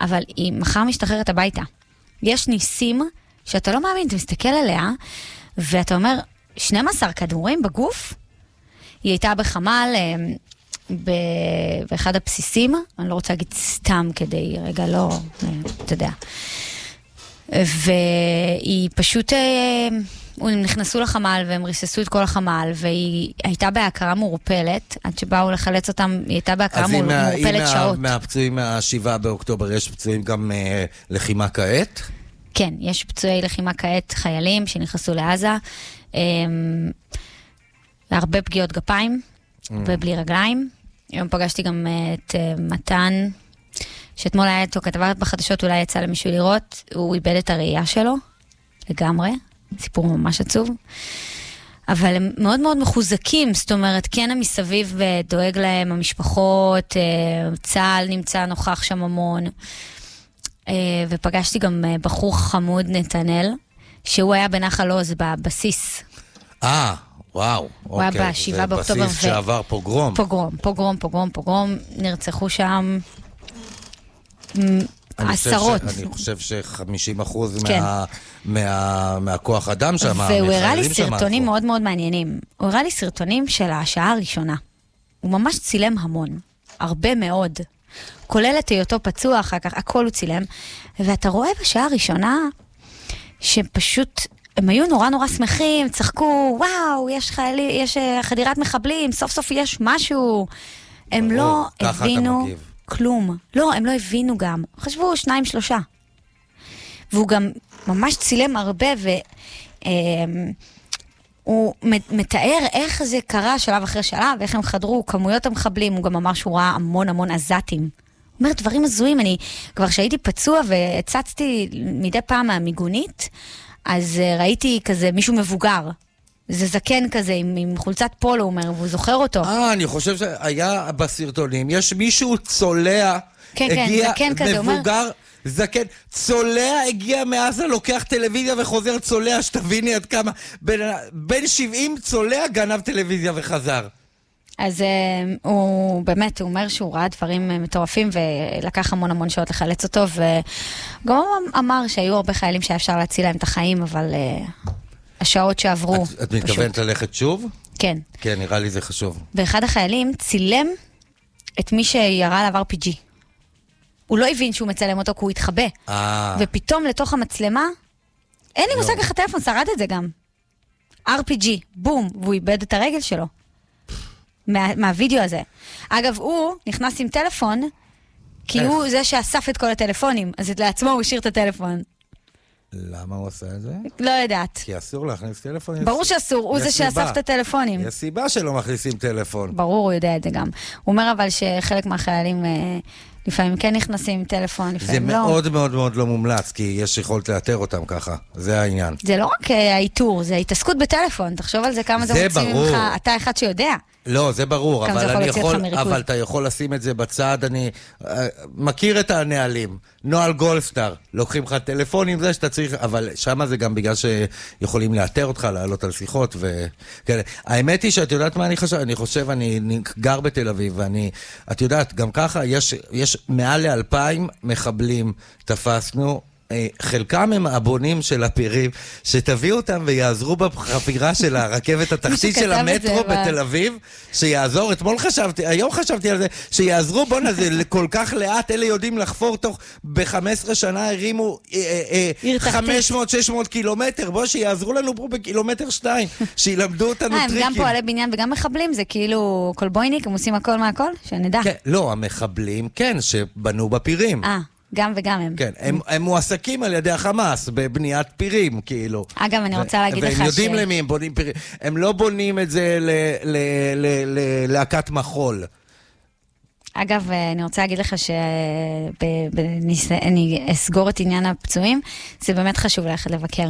D: אבל היא מחר משתחררת הביתה. יש ניסים שאתה לא מאמין, אתה מסתכל עליה, ואתה אומר, 12 כדורים בגוף? היא הייתה בחמ"ל, אה, ב- באחד הבסיסים, אני לא רוצה להגיד סתם כדי, רגע, לא, אה, אתה יודע. והיא פשוט, אה, הם נכנסו לחמ"ל והם ריססו את כל החמ"ל, והיא הייתה בהכרה מעורפלת, עד שבאו לחלץ אותם, היא הייתה בהכרה מור-
C: מה-
D: מעורפלת
C: מה-
D: שעות.
C: מהפצועים מהשבעה באוקטובר יש פצועים גם אה, לחימה כעת?
D: כן, יש פצועי לחימה כעת, חיילים שנכנסו לעזה, אמ, הרבה פגיעות גפיים ובלי רגליים. היום פגשתי גם אה, את אה, מתן, שאתמול היה איתו כתבה בחדשות, אולי יצא למישהו לראות, הוא איבד את הראייה שלו לגמרי, סיפור ממש עצוב. אבל הם מאוד מאוד מחוזקים, זאת אומרת, כן המסביב אה, דואג להם, המשפחות, אה, צה"ל נמצא נוכח שם המון. אה, ופגשתי גם אה, בחור חמוד, נתנאל, שהוא היה בנחל עוז בבסיס.
C: אה, וואו.
D: הוא היה
C: אוקיי.
D: ב-7
C: זה
D: באוקטובר
C: בסיס
D: ו-
C: שעבר פוגרום.
D: פוגרום, פוגרום, פוגרום, פוגרום, נרצחו שם מ,
C: אני חושב ש-
D: עשרות.
C: אני חושב ש-50%
D: כן.
C: מהכוח אדם שם,
D: והוא הראה לי
C: מהחיילים שם
D: סרטונים
C: הלכו.
D: מאוד מאוד מעניינים. הוא הראה לי סרטונים של השעה הראשונה. הוא ממש צילם המון, הרבה מאוד. כולל את היותו פצוע אחר כך, הכל הוא צילם. ואתה רואה בשעה הראשונה שפשוט... הם היו נורא נורא שמחים, צחקו, וואו, יש, חיילי, יש אה, חדירת מחבלים, סוף סוף יש משהו. הם
C: ברור,
D: לא
C: ככה אתה
D: הבינו
C: מגיב.
D: כלום. לא, הם לא הבינו גם. חשבו שניים, שלושה. והוא גם ממש צילם הרבה, אה, והוא מתאר איך זה קרה שלב אחרי שלב, איך הם חדרו, כמויות המחבלים, הוא גם אמר שהוא ראה המון המון עזתים. הוא אומר דברים הזויים, אני כבר כשהייתי פצוע והצצתי מדי פעם מהמיגונית, אז אה, ראיתי כזה מישהו מבוגר. זה זקן כזה עם, עם חולצת פולו, הוא אומר, והוא זוכר אותו.
C: אה, אני חושב שהיה בסרטונים, יש מישהו צולע,
D: כן, כן,
C: הגיע
D: זקן כזה, הוא
C: מבוגר, זקן, צולע הגיע מעזה, לוקח טלוויזיה וחוזר צולע, שתביני עד כמה, בן, בן 70 צולע גנב טלוויזיה וחזר.
D: אז אה, הוא באמת, הוא אומר שהוא ראה דברים אה, מטורפים ולקח המון המון שעות לחלץ אותו, וגם הוא אמר שהיו הרבה חיילים שהיה אפשר להציל להם את החיים, אבל אה, השעות שעברו...
C: את- את
D: פשוט-
C: מתכוונת ללכת שוב?
D: כן.
C: כן, נראה לי זה חשוב.
D: ואחד החיילים צילם את מי שירה עליו RPG. הוא לא הבין שהוא מצלם אותו כי הוא התחבא.
C: אה, לא.
D: ופתאום לתוך המצלמה, אין לי מושג איך הטלפון שרד את זה גם. RPG, בום, והוא איבד את הרגל שלו. מה, מהווידאו הזה. אגב, הוא נכנס עם טלפון, כי
C: איך?
D: הוא זה שאסף את כל הטלפונים, אז את- לעצמו הוא השאיר את הטלפון.
C: למה הוא עשה את זה?
D: לא יודעת.
C: כי אסור להכניס טלפון.
D: ברור
C: יש-
D: שאסור, הוא
C: יש
D: זה שאסף
C: סיבה.
D: את הטלפונים.
C: יש סיבה שלא מכניסים טלפון.
D: ברור, הוא יודע את זה גם. הוא אומר אבל שחלק מהחיילים אה, לפעמים כן נכנסים עם טלפון,
C: זה
D: לפעמים לא.
C: מאוד מאוד מאוד לא מומלץ, כי יש יכולת לאתר אותם ככה. זה העניין.
D: זה לא רק אה, האיתור, זה ההתעסקות בטלפון. תחשוב על זה כמה זה
C: זה
D: מוציא
C: ברור.
D: ממך. אתה אחד שיודע.
C: לא, זה ברור,
D: כמה זה
C: אבל
D: יכול
C: אני
D: להוציא
C: יכול,
D: אותך מריכוז.
C: אבל אתה יכול לשים את זה בצד, אני אה, מכיר את הנהלים. נוהל גולדסטאר, לוקחים לך טלפון עם זה שאתה צריך, אבל שם זה גם בגלל שיכולים לאתר אותך, לעלות על שיחות וכאלה. האמת היא שאת יודעת מה אני חושב? אני חושב, אני, אני גר בתל אביב, ואני, את יודעת, גם ככה יש, יש מעל לאלפיים מחבלים תפסנו. אה, חלקם הם הבונים של הפירים, שתביאו אותם ויעזרו בחפירה של הרכבת התחתית
D: מישהו
C: של
D: כתב את זה
C: המטרו
D: ב-
C: בתל אביב, שיעזור, אתמול חשבתי, היום חשבתי על זה, שיעזרו, בואנה, זה כל כך לאט, אלה יודעים לחפור תוך, ב-15 שנה הרימו אה, אה,
D: עיר
C: אה,
D: תחתית.
C: 500-600 קילומטר, בוא, שיעזרו לנו פה בקילומטר שתיים, שילמדו אותנו
D: אה, הם
C: טריקים.
D: גם פועלי בניין וגם מחבלים, זה כאילו קולבויניק, הם עושים הכל מהכל, שנדע.
C: כן, לא, המחבלים, כן, שבנו בפירים.
D: אה, גם וגם הם.
C: כן, הם, הם מועסקים על ידי החמאס בבניית פירים, כאילו.
D: אגב, אני רוצה להגיד לך
C: והם יודעים
D: ש-
C: למי הם בונים פירים. הם לא בונים את זה ללהקת מחול.
D: אגב, אה, אני רוצה להגיד לך שאני אסגור את עניין הפצועים, זה באמת חשוב ללכת לבקר.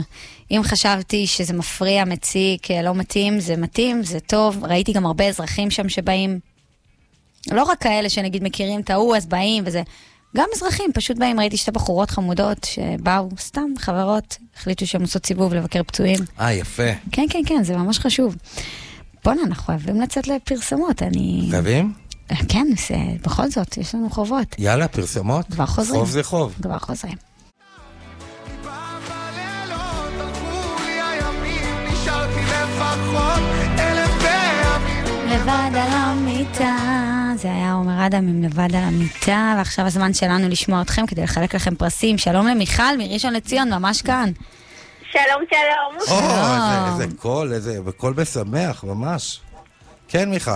D: אם חשבתי שזה מפריע, מציק, אה, לא מתאים, זה מתאים, זה טוב. ראיתי גם הרבה אזרחים שם שבאים, לא רק כאלה שנגיד מכירים את ההוא, אז באים וזה. גם אזרחים פשוט באים, ראיתי שתי בחורות חמודות שבאו, סתם חברות, החליטו שהן עושות סיבוב לבקר פצועים.
C: אה, יפה.
D: כן, כן, כן, זה ממש חשוב. בואנה, אנחנו חייבים לצאת לפרסומות, אני...
C: מבינים?
D: כן, זה, בכל זאת, יש לנו חובות.
C: יאללה, פרסומות.
D: כבר חוזרים.
C: חוב זה חוב.
D: כבר חוזרים.
G: בלילות הלכו לי הימים, נשארתי לפחות אלף פעמים.
D: לבד על המיטה, זה היה עומר אדם עם לבד על המיטה, ועכשיו הזמן שלנו לשמוע אתכם כדי לחלק לכם פרסים. שלום למיכל מראשון לציון, ממש כאן.
H: שלום, שלום.
D: אה.
C: או,
D: שלום.
C: איזה- איזה קול, איזה קול משמח, ממש. כן, מיכל.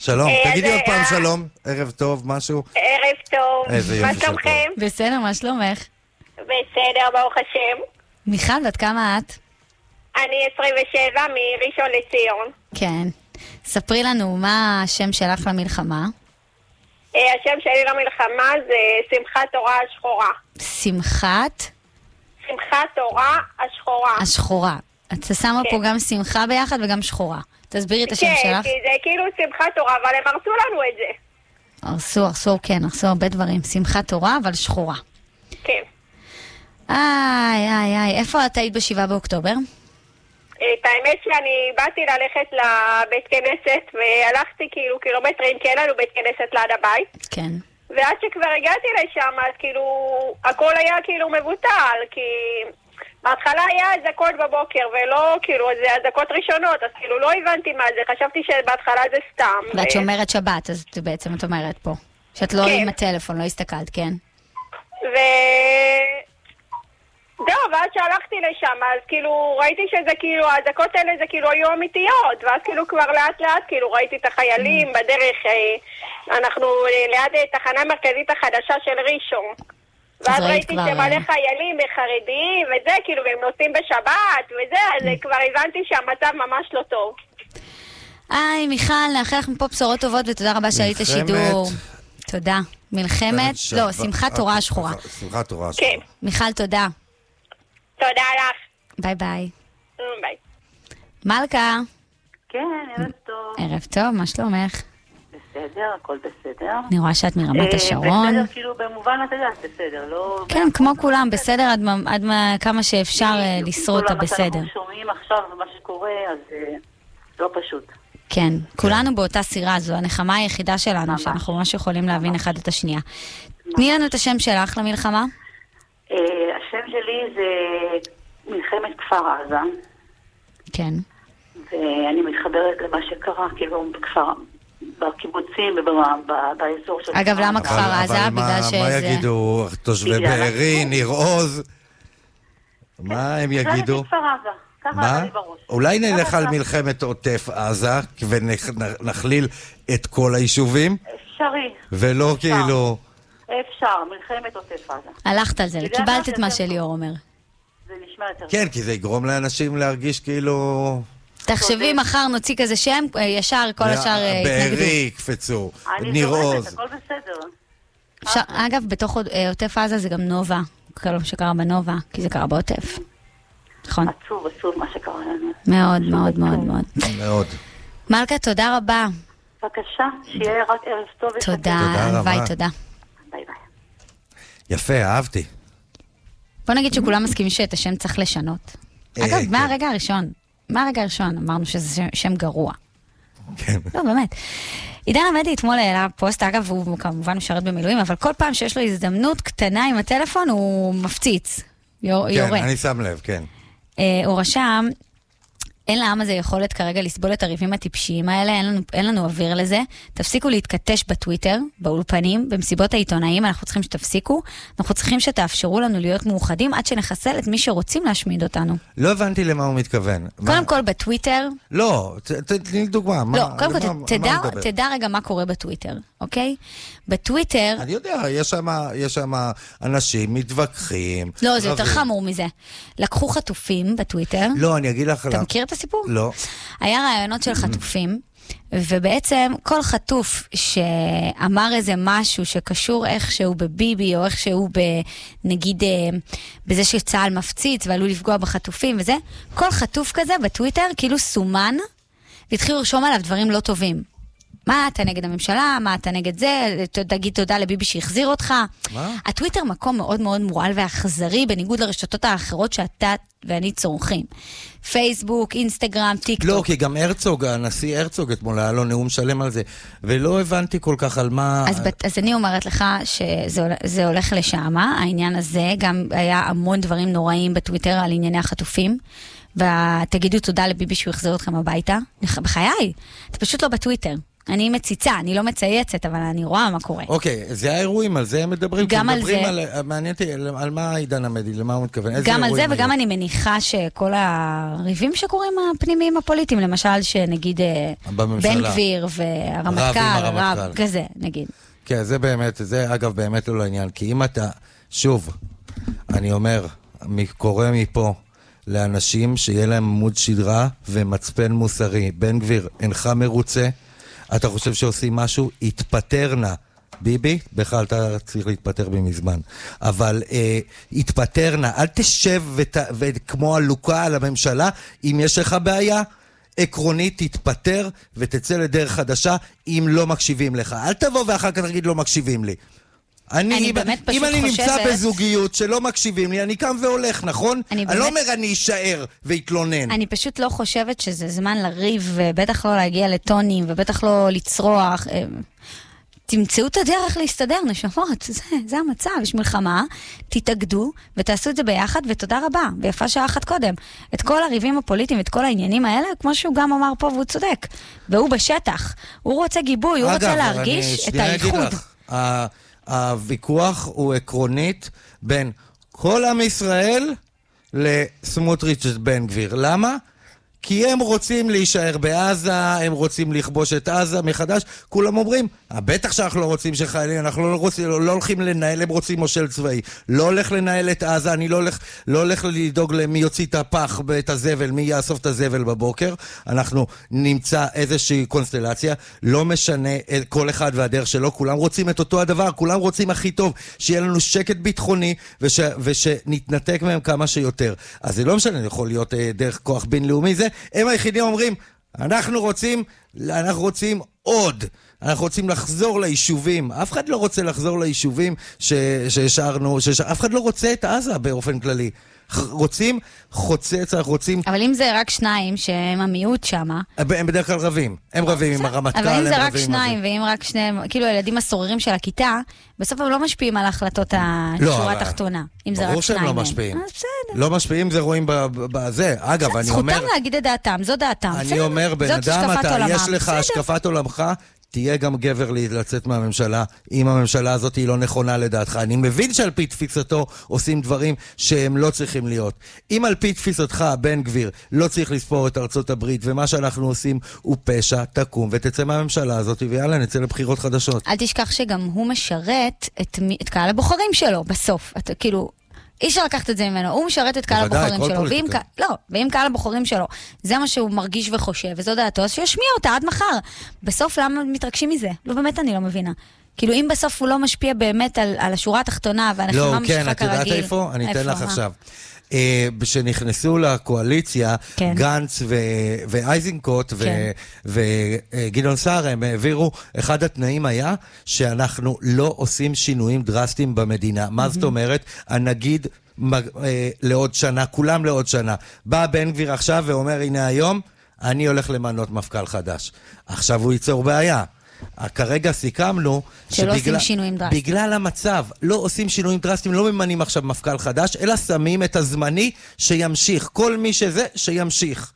C: שלום.
H: אה,
C: תגידי
H: אז,
C: עוד פעם
H: אה,
C: שלום. ערב טוב, משהו.
H: ערב טוב.
C: איזה יופי
H: מה
C: של
H: שלומכם?
D: בסדר, מה שלומך?
H: בסדר, ברוך השם.
D: מיכל, בת כמה את?
H: אני 27 מראשון לציון.
D: כן. ספרי לנו מה השם שלך למלחמה.
H: אה, השם שלי למלחמה זה שמחת תורה השחורה.
D: שמחת
H: שמחת תורה השחורה.
D: השחורה. את שמה פה גם שמחה ביחד וגם שחורה. תסבירי את השם
H: כן,
D: שלך.
H: כי זה כאילו שמחת תורה, אבל הם הרסו לנו את זה.
D: הרסו, הרסו, כן, הרסו הרבה דברים. שמחת תורה, אבל שחורה.
H: כן.
D: איי, איי, איי, איפה את היית בשבעה באוקטובר?
H: אה, את האמת שאני באתי ללכת לבית כנסת והלכתי כאילו קילומטרים כי אין לנו בית כנסת ליד הבית
D: כן.
H: ועד שכבר הגעתי לשם, אז כאילו, הכל היה כאילו מבוטל, כי בהתחלה היה אזעקות בבוקר, ולא, כאילו, זה אזעקות ראשונות, אז כאילו לא הבנתי מה זה, חשבתי שבהתחלה זה סתם.
D: ואת
H: ו-
D: שומרת שבת, אז את בעצם את אומרת פה. שאת לא
H: אה. כן.
D: עם הטלפון, לא הסתכלת, כן?
H: ו... זהו, ואז שהלכתי לשם, אז כאילו ראיתי שזה כאילו, האזעקות האלה זה כאילו היו אמיתיות, ואז כאילו כבר לאט לאט כאילו ראיתי את החיילים
D: Mm.
H: בדרך, אה, אנחנו אה, ליד אה, תחנה מרכזית החדשה של ראשון. ואז
D: ראית
H: ראיתי
D: כבר,
H: שמלא
D: אה.
H: חיילים חרדיים וזה, כאילו, והם נוסעים בשבת וזה, אז
D: Mm.
H: אה, כבר הבנתי שהמצב ממש לא טוב.
D: היי, מיכל, נאחל לך מפה בשורות טובות ותודה רבה שעלית
C: מלחמת-
D: לשידור. תודה. מלחמת, לא,
C: שבת-
D: שמחת תורה השחורה.
C: שמחת אה, תורה השחורה.
H: כן,
D: מיכל, תודה.
H: תודה לך.
D: ביי ביי.
H: אמ, ביי.
D: מלכה,
I: כן, ערב טוב.
D: ערב טוב, מה שלומך?
I: בסדר, הכל בסדר.
D: אני רואה שאת מרמת
I: אה,
D: השרון.
I: בסדר, כאילו במובן, את יודעת, בסדר, לא...
D: כן, כמו כולם, בסדר עד מה- עד מה- כמה שאפשר אה,
I: בדיוק, עם
D: לשרוד
I: כל
D: את
I: מה שאנחנו
D: הבסדר.
I: שומעים עכשיו ומה שקורה, אז אה, לא פשוט.
D: כן, כולנו באותה סירה, זו הנחמה היחידה שלנו, שאנחנו ממש יכולים להבין אחד את השנייה. תני לנו את השם שלך למלחמה.
I: אה, השם שלי זה מלחמת כפר עזה,
D: כן.
I: ואני מתחברת למה שקרה, כאילו, בכפר, בקיבוצים ובאזור של...
D: אגב, למה
C: אבל-
D: כפר עזה?
C: אבל מה-
D: בגלל
C: מה
D: שזה-
C: יגידו תושבי
I: בגלל
C: בארי,
I: הסיפור.
C: ניר עוז? מה הם יגידו?
I: כפר עזה, ככה
C: מה?
I: עלה לי בראש.
C: אולי נלך
I: ככה
C: על
I: עלה-
C: מלחמת עוטף עזה ונכליל את כל היישובים,
I: אפשרי,
H: אה.
C: ולא כאילו...
I: אפשר, מלחמת עוטף עזה.
D: הלכת על זה,
I: בגלל
D: קיבלת
I: זה
D: את מה
I: יותר טוב.
D: שליאור אומר.
I: זה נשמע יותר...
C: כן, כי זה יגרום לאנשים להרגיש כאילו...
D: תחשבי, מחר נוציא כזה שם, אה, ישר, כל השאר אה, יתנגדו.
C: בארי יקפצו,
I: אני
C: ניר
I: זורמת,
C: עוז.
I: הכל בסדר.
D: אפשר- אגב, בתוך עוד- אה, עוטף עזה זה גם נובה. כל מה שקרה בנובה, כי זה קרה בעוטף. נכון.
I: עצוב, עצוב מה שקרה לנו.
D: מאוד מאוד מאוד מאוד.
C: מאוד.
D: מלכה, תודה רבה.
I: בבקשה, שיהיה רק ערב טוב.
D: תודה,
C: תודה רבה.
D: הלוואי, תודה.
I: ביי ביי.
C: יפה, אהבתי.
D: בוא נגיד שכולם מסכימים שאת השם צריך לשנות.
C: אה,
D: אגב,
C: כן.
D: מהרגע הראשון, מהרגע הראשון אמרנו שזה שם- שם גרוע.
C: כן.
D: לא, באמת. עידן עמדי אתמול העלה פוסט, אגב, הוא כמובן משרת במילואים, אבל כל פעם שיש לו הזדמנות קטנה עם הטלפון, הוא מפציץ. יור-
C: כן,
D: יורה.
C: אני שם לב, כן.
D: אה, הוא רשם, אין לעם הזה יכולת כרגע לסבול את הריבים הטיפשיים האלה, אין לנו, אין לנו אוויר לזה. תפסיקו להתכתש בטוויטר, באולפנים, במסיבות העיתונאים, אנחנו צריכים שתפסיקו. אנחנו צריכים שתאפשרו לנו להיות מאוחדים עד שנחסל את מי שרוצים להשמיד אותנו.
C: לא הבנתי למה הוא מתכוון. מה-
D: קודם כל בטוויטר,
C: לא, ת- ת- תני לי דוגמה. מה-
D: לא, קודם כל
C: למה-
D: ת- תדע,
C: מה הוא מדבר?
D: תדע רגע מה קורה בטוויטר, אוקיי? בטוויטר,
C: אני יודע, יש שם, יש שם אנשים מתווכחים.
D: לא, זה יותר
C: רבים.
D: חמור מזה. לקחו חטופים בטוויטר.
C: לא, אני אגיד לך
D: אתה
C: למה.
D: מכיר את הסיפור?
C: לא.
D: היה רעיונות של חטופים, ובעצם כל חטוף שאמר איזה משהו שקשור איכשהו בביבי, או איכשהו ב... נגיד אה, בזה שצה"ל מפציץ ועלול לפגוע בחטופים וזה, כל חטוף כזה בטוויטר כאילו סומן, והתחילו לרשום עליו דברים לא טובים. מה אתה נגד הממשלה, מה אתה נגד זה, ת- תגיד תודה לביבי שהחזיר אותך.
C: מה?
D: הטוויטר מקום מאוד מאוד מורעל ואכזרי, בניגוד לרשתות האחרות שאתה ואני צורכים. פייסבוק, אינסטגרם, טיק
C: לא,
D: טוק.
C: כי גם הרצוג, הנשיא הרצוג אתמול היה לו נאום שלם על זה, ולא הבנתי כל כך על מה...
D: אז, בת- אז אני אומרת לך שזה הול- זה הולך לשם, העניין הזה, גם היה המון דברים נוראים בטוויטר על ענייני החטופים. ותגידו תודה לביבי שהוא יחזיר אתכם הביתה. בח- בחיי, אתה פשוט לא בטוויטר. אני מציצה, אני לא מצייצת, אבל אני רואה מה קורה.
C: אוקיי, זה האירועים, על זה הם מדברים.
D: גם
C: כי
D: על
C: מדברים
D: זה.
C: על- מעניין אותי, על- על מה עידן עמדי, למה הוא מתכוון? איזה
D: גם על זה
C: אירועים
D: וגם
C: היו?
D: אני מניחה שכל הריבים שקורים הפנימיים הפוליטיים, למשל שנגיד אה,
C: בממשלה.
D: בן גביר
C: רב
D: והרמטכ"ל,
C: עם הרמטכ"ל.
D: רב, כזה נגיד.
C: כן, זה באמת, זה אגב באמת לא לעניין, כי אם אתה, שוב, אני אומר, מ- קורא מפה לאנשים שיהיה להם עמוד שדרה ומצפן מוסרי. בן גביר, אינך מרוצה, אתה חושב שעושים משהו, התפטר נא. ביבי, בכלל אתה צריך להתפטר בי מזמן. אבל אה, התפטר נא, אל תשב ות, וכמו עלוקה על הממשלה, אם יש לך בעיה, עקרונית תתפטר ותצא לדרך חדשה אם לא מקשיבים לך. אל תבוא ואחר כך תגיד לא מקשיבים לי. אני,
D: אני
C: אם-
D: באמת פשוט
C: אם אני
D: חושבת-
C: נמצא בזוגיות שלא מקשיבים לי, אני קם והולך, נכון?
D: אני
C: אני,
D: באמת-
C: לא אומר אני אשאר ואתלונן.
D: אני פשוט לא חושבת שזה זמן לריב, ובטח לא להגיע לטונים, ובטח לא לצרוח. אה, תמצאו את הדרך להסתדר, נשמות, זה, זה המצב, יש מלחמה, תתאגדו ותעשו את זה ביחד, ותודה רבה, ויפה שעה אחת קודם. את כל הריבים הפוליטיים, את כל העניינים האלה, כמו שהוא גם אמר פה, והוא צודק. והוא בשטח, הוא רוצה גיבוי, הוא רוצה
C: אגב,
D: להרגיש
C: אני
D: את
C: שנייה אגיד
D: האיחוד.
C: לך, ה- הוויכוח הוא עקרונית בין כל עם ישראל לסמוטריץ' ובן גביר. למה? כי הם רוצים להישאר בעזה, הם רוצים לכבוש את עזה מחדש. כולם אומרים, "אה, בטח שאנחנו לא רוצים שחיילים, אנחנו לא, רוצים, לא, לא הולכים לנהל, הם רוצים מושל צבאי. לא הולך לנהל את עזה, אני לא הולך, לא הולך לדאוג למי יוציא את הפח ואת הזבל, מי יאסוף את הזבל בבוקר. אנחנו נמצא איזושהי קונסטלציה, לא משנה אה, כל אחד והדרך שלו, כולם רוצים את אותו הדבר, כולם רוצים הכי טוב, שיהיה לנו שקט ביטחוני וש, ושנתנתק מהם כמה שיותר. אז זה לא משנה, זה יכול להיות אה, דרך כוח בינלאומי זה, הם היחידים אומרים, אנחנו רוצים, אנחנו רוצים עוד. אנחנו רוצים לחזור ליישובים. אף אחד לא רוצה לחזור ליישובים ש- שהשארנו, שש... אף אחד לא רוצה את עזה באופן כללי. ח- רוצים חוצץ, אנחנו רוצים...
D: אבל אם זה רק שניים שהם המיעוט שמה,
C: הם בדרך כלל רבים. הם רבים עם הרמטכ"ל, הם
D: אבל
C: רבים
D: אם
C: עם...
D: זה רק
C: הזה.
D: שניים, ואם רק שניהם, כאילו הילדים הסוררים של הכיתה, בסוף הם לא משפיעים על ההחלטות השורה
C: לא, אבל-
D: התחתונה. אם זה רק שניים.
C: ברור שהם לא
D: מהם.
C: משפיעים.
D: אז בסדר.
C: לא משפיעים זה רואים ב- ב- בזה. אגב, אני אומר...
D: זכותם להגיד את דעתם, זו דעתם.
C: אני
D: בסדר,
C: אומר, בן
D: זאת
C: אדם,
D: השקפת
C: אתה,
D: עולמם.
C: יש לך
D: בסדר.
C: השקפת עולמך, תהיה גם גבר לי- לצאת מהממשלה, אם הממשלה הזאת היא לא נכונה לדעתך. אני מבין שעל פי תפיסתו עושים דברים שהם לא צריכים להיות. אם על פי תפיסתך, בן גביר, לא צריך לספור את ארצות הברית, ומה שאנחנו עושים הוא פשע, תקום ותצא מהממשלה הזאת, ויאללה, נצא לבחירות חדשות.
D: אל תשכח שגם הוא משרת את, מי- את קהל הבוחרים שלו בסוף. אתה כאילו... אי אפשר לקחת את זה ממנו, הוא משרת את קהל
C: בוודאי,
D: הבוחרים
C: כל
D: שלו, ואם,
C: פוליטיקאי.
D: ק- לא, ואם קהל הבוחרים שלו, זה מה שהוא מרגיש וחושב, וזו דעתו, אז שישמיע אותה עד מחר. בסוף למה מתרגשים מזה? לא, באמת אני לא מבינה. כאילו, אם בסוף הוא לא משפיע באמת על, על השורה התחתונה, והנחמה
C: לא,
D: ממשיכה כרגיל...
C: כן, את יודעת איפה? אני אתן לך
D: מה?
C: עכשיו. אה, כשנכנסו לקואליציה,
D: כן.
C: גנץ ו- ואייזנקוט
D: כן.
C: וגדעון סער, הם העבירו, אחד התנאים היה שאנחנו לא עושים שינויים דרסטיים במדינה. מה זאת אומרת? הנגיד... מג- אה, לעוד שנה, כולם לעוד שנה. בא בן גביר עכשיו ואומר, הנה היום, אני הולך למנות מפכ"ל חדש. עכשיו הוא ייצור בעיה. אה, כרגע סיכמנו
D: שלא עושים
C: שבגלל-
D: שינויים דרסטיים.
C: בגלל המצב, לא עושים שינויים דרסטיים, לא ממנים עכשיו מפכ"ל חדש, אלא שמים את הזמני שימשיך. כל מי שזה, שימשיך.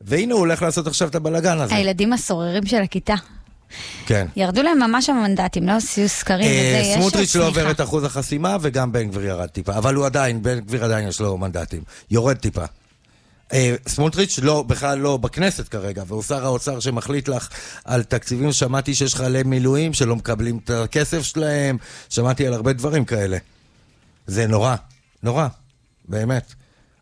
C: והנה הוא הולך לעשות עכשיו את הבלגן הזה.
D: אה, הילדים הסוררים של הכיתה.
C: כן.
D: ירדו להם ממש המנדטים, לא עשו סקרים וזה,
C: אה,
D: יש שם
C: סמוטריץ' לא עובר
D: צניחה.
C: את אחוז החסימה, וגם בן גביר ירד טיפה. אבל הוא עדיין, בן גביר עדיין יש לו מנדטים. יורד טיפה. אה, סמוטריץ' לא, בכלל לא בכנסת כרגע, והוא שר האוצר שמחליט לך על תקציבים. שמעתי שיש חיילי מילואים שלא מקבלים את הכסף שלהם, שמעתי על הרבה דברים כאלה. זה נורא, נורא, באמת.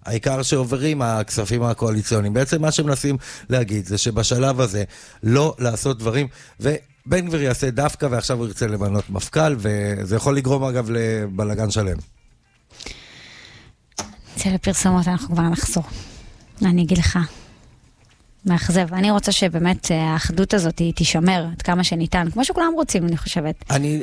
C: העיקר שעוברים הכספים הקואליציוניים. בעצם מה שמנסים להגיד זה שבשלב הזה לא לעשות דברים, ובן גביר יעשה דווקא ועכשיו הוא ירצה למנות מפכ"ל, וזה יכול לגרום אגב לבלגן שלם.
D: נצא לפרסומות, אנחנו כבר נחזור. אני אגיד לך, מאכזב. אני רוצה שבאמת אה, האחדות הזאת היא תישמר עד כמה שניתן, כמו שכולם רוצים, אני חושבת.
C: אני,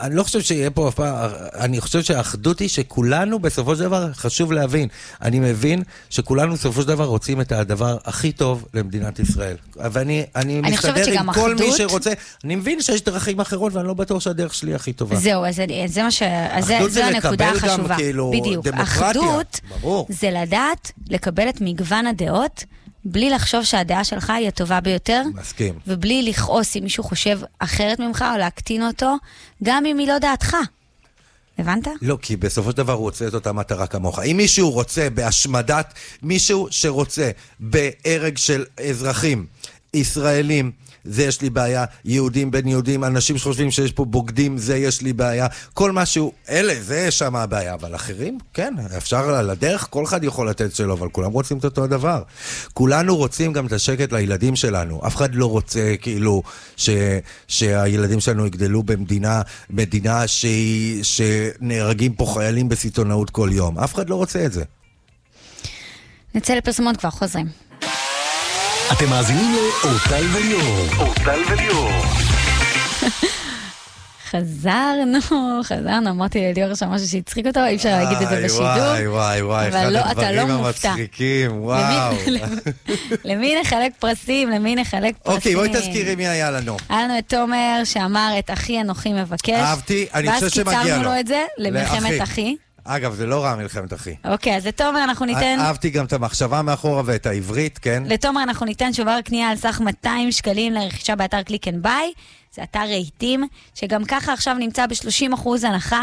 C: אני לא חושב שיהיה פה אף פעם, אני חושב שהאחדות היא שכולנו בסופו של דבר, חשוב להבין, אני מבין שכולנו בסופו של דבר רוצים את הדבר הכי טוב למדינת ישראל. ואני אני
D: אני חושבת
C: מסתדר עם
D: שגם
C: כל מי
D: אחדות-
C: שרוצה, אני מבין שיש דרכים אחרות ואני לא בטוח שהדרך שלי הכי טובה.
D: זהו, אז אני- זה מה ש... אז זה-
C: אחדות
D: זו
C: זה
D: הנקודה
C: לקבל גם,
D: החשובה.
C: כאילו,
D: בדיוק.
C: דמוקרטיה.
D: אחדות
C: ברור.
D: זה לדעת לקבל את מגוון הדעות, בלי לחשוב שהדעה שלך היא הטובה ביותר.
C: מסכים.
D: ובלי לכעוס אם מישהו חושב אחרת ממך או להקטין אותו, גם אם היא לא דעתך. הבנת?
C: לא, כי בסופו של דבר הוא רוצה את אותה מטרה כמוך. אם מישהו רוצה בהשמדת, מישהו שרוצה בהרג של אזרחים, ישראלים, זה יש לי בעיה, יהודים בין יהודים, אנשים שחושבים שיש פה בוגדים, זה יש לי בעיה, כל משהו, אלה, זה שם הבעיה, אבל אחרים, כן, אפשר על הדרך, כל אחד יכול לתת שלו, אבל כולם רוצים את אותו הדבר. כולנו רוצים גם את השקט לילדים שלנו, אף אחד לא רוצה כאילו ש, שהילדים שלנו יגדלו במדינה, מדינה שהיא, שנהרגים פה חיילים בסיטונאות כל יום, אף אחד לא רוצה את זה.
D: נצא לפרסומות כבר, חוזרים.
A: אתם מאזינים לאורטל וליאור.
G: אורטל וליאור.
D: חזרנו, חזרנו, אמרתי לליאור עכשיו משהו שהצחיק אותו, אי אפשר להגיד לא, את זה
C: איי,
D: בשידור.
C: וואי, וואי, וואי,
D: אבל
C: אחד
D: לא, אתה
C: הדברים
D: לא מופתע.
C: המצחיקים, וואו.
D: למי- למי נחלק פרסים? למי נחלק פרסים?
C: אוקיי, בואי תזכירי מי היה לנו.
D: היה לנו את תומר שאמר את אחי אנוכי מבקש.
C: אהבתי, אני חושב שמגיע לו.
D: ואז קיצרנו לו את זה למלחמת
C: לאחי.
D: אחי.
C: אגב, זה לא רע מלחמת אחי.
D: אוקיי, אז לתומר אנחנו ניתן...
C: אה- אהבתי גם את המחשבה מאחורה ואת העברית, כן?
D: לתומר אנחנו ניתן שובר קנייה על סך 200 שקלים לרכישה באתר קליק אנד ביי. זה אתר רהיטים, שגם ככה עכשיו נמצא ב-30% הנחה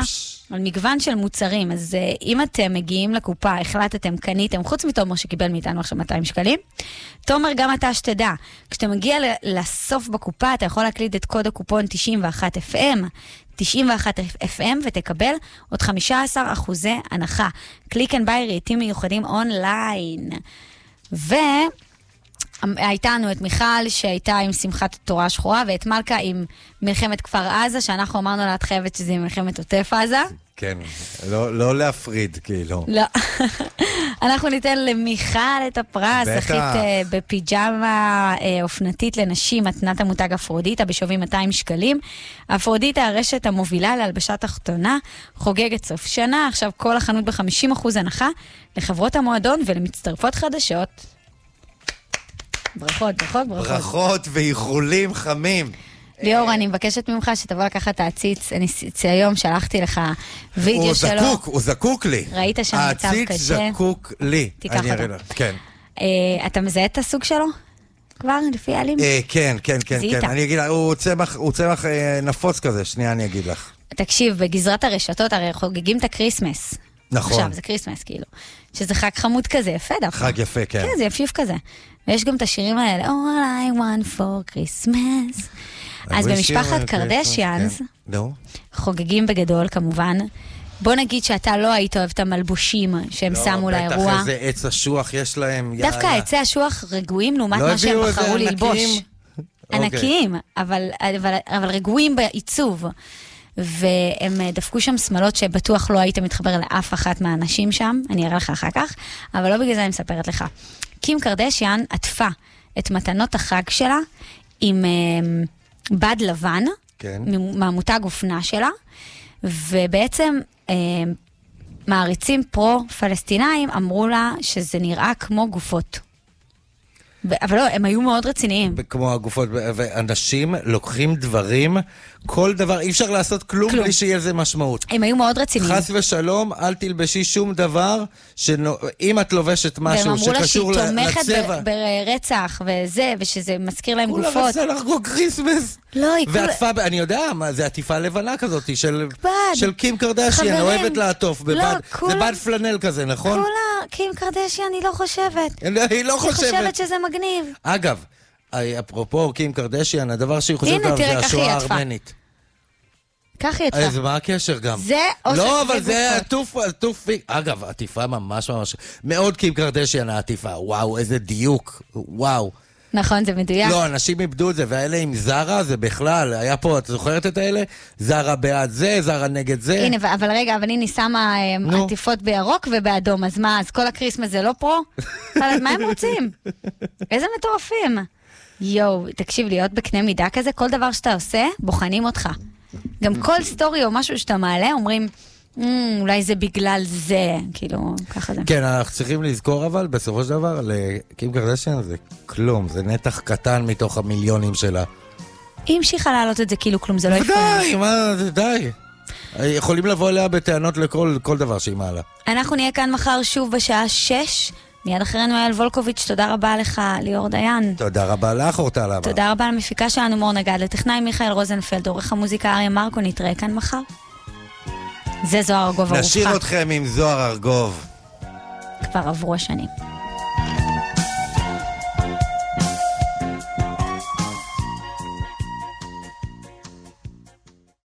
D: על מגוון של מוצרים. אז אה, אם אתם מגיעים לקופה, החלטתם, קניתם, חוץ מתומר שקיבל מאיתנו עכשיו 200 שקלים, תומר, גם אתה שתדע, כשאתה מגיע ל- לסוף בקופה, אתה יכול להקליד את קוד הקופון 91FM. 91 FM ותקבל עוד 15 אחוזי הנחה. קליק אנד ביי רהיטים מיוחדים אונליין. והייתה לנו את מיכל שהייתה עם שמחת התורה השחורה, ואת מלכה עם מלחמת כפר עזה, שאנחנו אמרנו לה, את חייבת שזה עם מלחמת עוטף עזה.
C: כן, לא, לא להפריד, כאילו.
D: לא. אנחנו ניתן למיכל את הפרס,
C: בטח.
D: זכית אה, בפיג'מה אה, אופנתית לנשים, מתנת המותג אפרודיטה בשווי 200 שקלים. אפרודיטה, הרשת המובילה להלבשה תחתונה, חוגגת סוף שנה, עכשיו כל החנות ב-50% הנחה לחברות המועדון ולמצטרפות חדשות. ברכות, ברכות, ברכות.
C: ברכות ואיחולים חמים.
D: ליאור, אני מבקשת ממך שתבוא לקחת את העציץ. אני ס- היום שלחתי לך
C: הוא
D: וידאו שלו.
C: זקוק, הוא זקוק לי.
D: ראית שם מצב
C: העציץ
D: קשה?
C: זקוק לי.
D: תיקח
C: אני אראה
D: אותו.
C: לך, כן.
D: אה, אתה מזהה את הסוג שלו? כבר, לפי העלים?
C: אה, כן, כן, כן,
D: זיהית.
C: כן. אני אגיד לך, הוא צמח, הוא צמח אה, נפוץ כזה, שנייה אני אגיד לך.
D: תקשיב, בגזרת הרשתות הרי חוגגים את הקריסמס.
C: נכון.
D: עכשיו, זה קריסמס, כאילו. שזה חג חמוד כזה, יפה דווקא.
C: חג יפה, כן.
D: כן, זה יפשיף כזה. ויש גם את השירים האלה, All I want for Christmas.
C: I
D: אז
C: wish you
D: במשפחת
C: a Christmas,
D: קרדשיאנס,
C: כן. נו.
D: חוגגים בגדול כמובן. בוא נגיד שאתה לא היית אוהב את המלבושים שהם שמו
C: לא, בטח
D: לאירוע.
C: איזה עץ אשוח יש להם, יאללה.
D: דווקא עצי השוח רגועים לעומת
C: לא
D: מה שהם
C: הביאו איזה
D: בחרו
C: ענקיים?
D: ללבוש.
C: אוקיי.
D: ענקיים, אבל, אבל, אבל רגועים בעיצוב. והם אה, דפקו שם שמלות שבטוח לא היית מתחבר לאף אחת מהאנשים שם, אני אראה לך אחר כך, אבל לא בגלל זה אני מספרת לך. קים קרדשיאן עטפה את מתנות החג שלה עם אה, בד לבן,
C: כן.
D: מ- מהמותג אופנה שלה, ובעצם אה, מעריצים פרו-פלסטינאים אמרו לה שזה נראה כמו גופות. ו- אבל לא, הם היו מאוד רציניים.
C: כמו הגופות, ואנשים לוקחים דברים, כל דבר, אי אפשר לעשות כלום
D: כלום.
C: בלי שיהיה לזה משמעות.
D: הם היו מאוד רציניים.
C: חס ושלום, אל תלבשי שום דבר, שנו- אם את לובשת משהו שקשור ל-
D: והם אמרו לה שהיא
C: לצבע.
D: תומכת ב- ברצח וזה, ושזה מזכיר להם
C: כולה
D: גופות.
C: רצה לחגוג כריסמס.
D: לא, היא כולה...
C: ועטפה, ב- אני יודע, מה, זה עטיפה לבנה כזאת של,
D: בד.
C: של קים קרדשיאן,
D: חברים.
C: אוהבת לעטוף בבד.
D: לא,
C: זה
D: כולם-
C: בד פלנל כזה, נכון?
D: כולה, קים קרדשי, אני לא חושבת.
C: היא לא
D: היא
C: חושבת.
D: חושבת שזה מגניב.
C: אגב, אה, אפרופו קים קרדשיאן, הדבר שהיא חושבת
D: הנה,
C: עליו
D: תראה,
C: זה
D: ככה
C: השואה
D: היא עטפה.
C: הארמנית.
D: כך היא
C: אה,
D: יצאה.
C: זה מה הקשר גם?
D: זה אוסף
C: לא, אבל זה
D: וגופות.
C: עטוף, עטוף, אגב, עטיפה ממש ממש, מאוד קים קרדשיאן העטיפה, וואו, איזה דיוק, וואו.
D: נכון, זה מדויק.
C: לא, אנשים איבדו את זה, והאלה עם זרה, זה בכלל, היה פה, את זוכרת את האלה? זרה בעד זה, זרה נגד זה.
D: הנה, ו- אבל רגע, אבל הנה היא שמה אה,
C: כן. נו.
D: עטיפות בירוק ובאדום, אז מה, אז כל הקריסמס זה לא פרו? אבל מה הם רוצים? איזה מטורפים. יואו, תקשיב, להיות בקנה מידה כזה, כל דבר שאתה עושה, בוחנים אותך. גם כל סטורי או משהו שאתה מעלה, אומרים, "מ, אולי זה בגלל זה, כאילו, ככה זה.
C: כן, אנחנו צריכים לזכור אבל, בסופו של דבר, לקים קרדשיאן זה כלום, זה נתח קטן מתוך המיליונים שלה.
D: היא המשיכה להעלות את זה כאילו כלום, זה לא יפה.
C: די, מה, זה די. יכולים לבוא אליה בטענות לכל כל דבר שהיא מעלה.
D: אנחנו נהיה כאן מחר שוב בשעה שש. מיד אחרינו אייל וולקוביץ', תודה רבה לך, ליאור דיין.
C: תודה רבה לך, אורטל אבא.
D: תודה רבה למפיקה שלנו מור נגד, לטכנאי מיכאל רוזנפלד, עורך המוזיקה אריה מרקו, נתראה כאן מחר. זה זוהר ארגוב ארוחה.
C: נשאיר אתכם עם זוהר ארגוב.
D: כבר עברו השנים.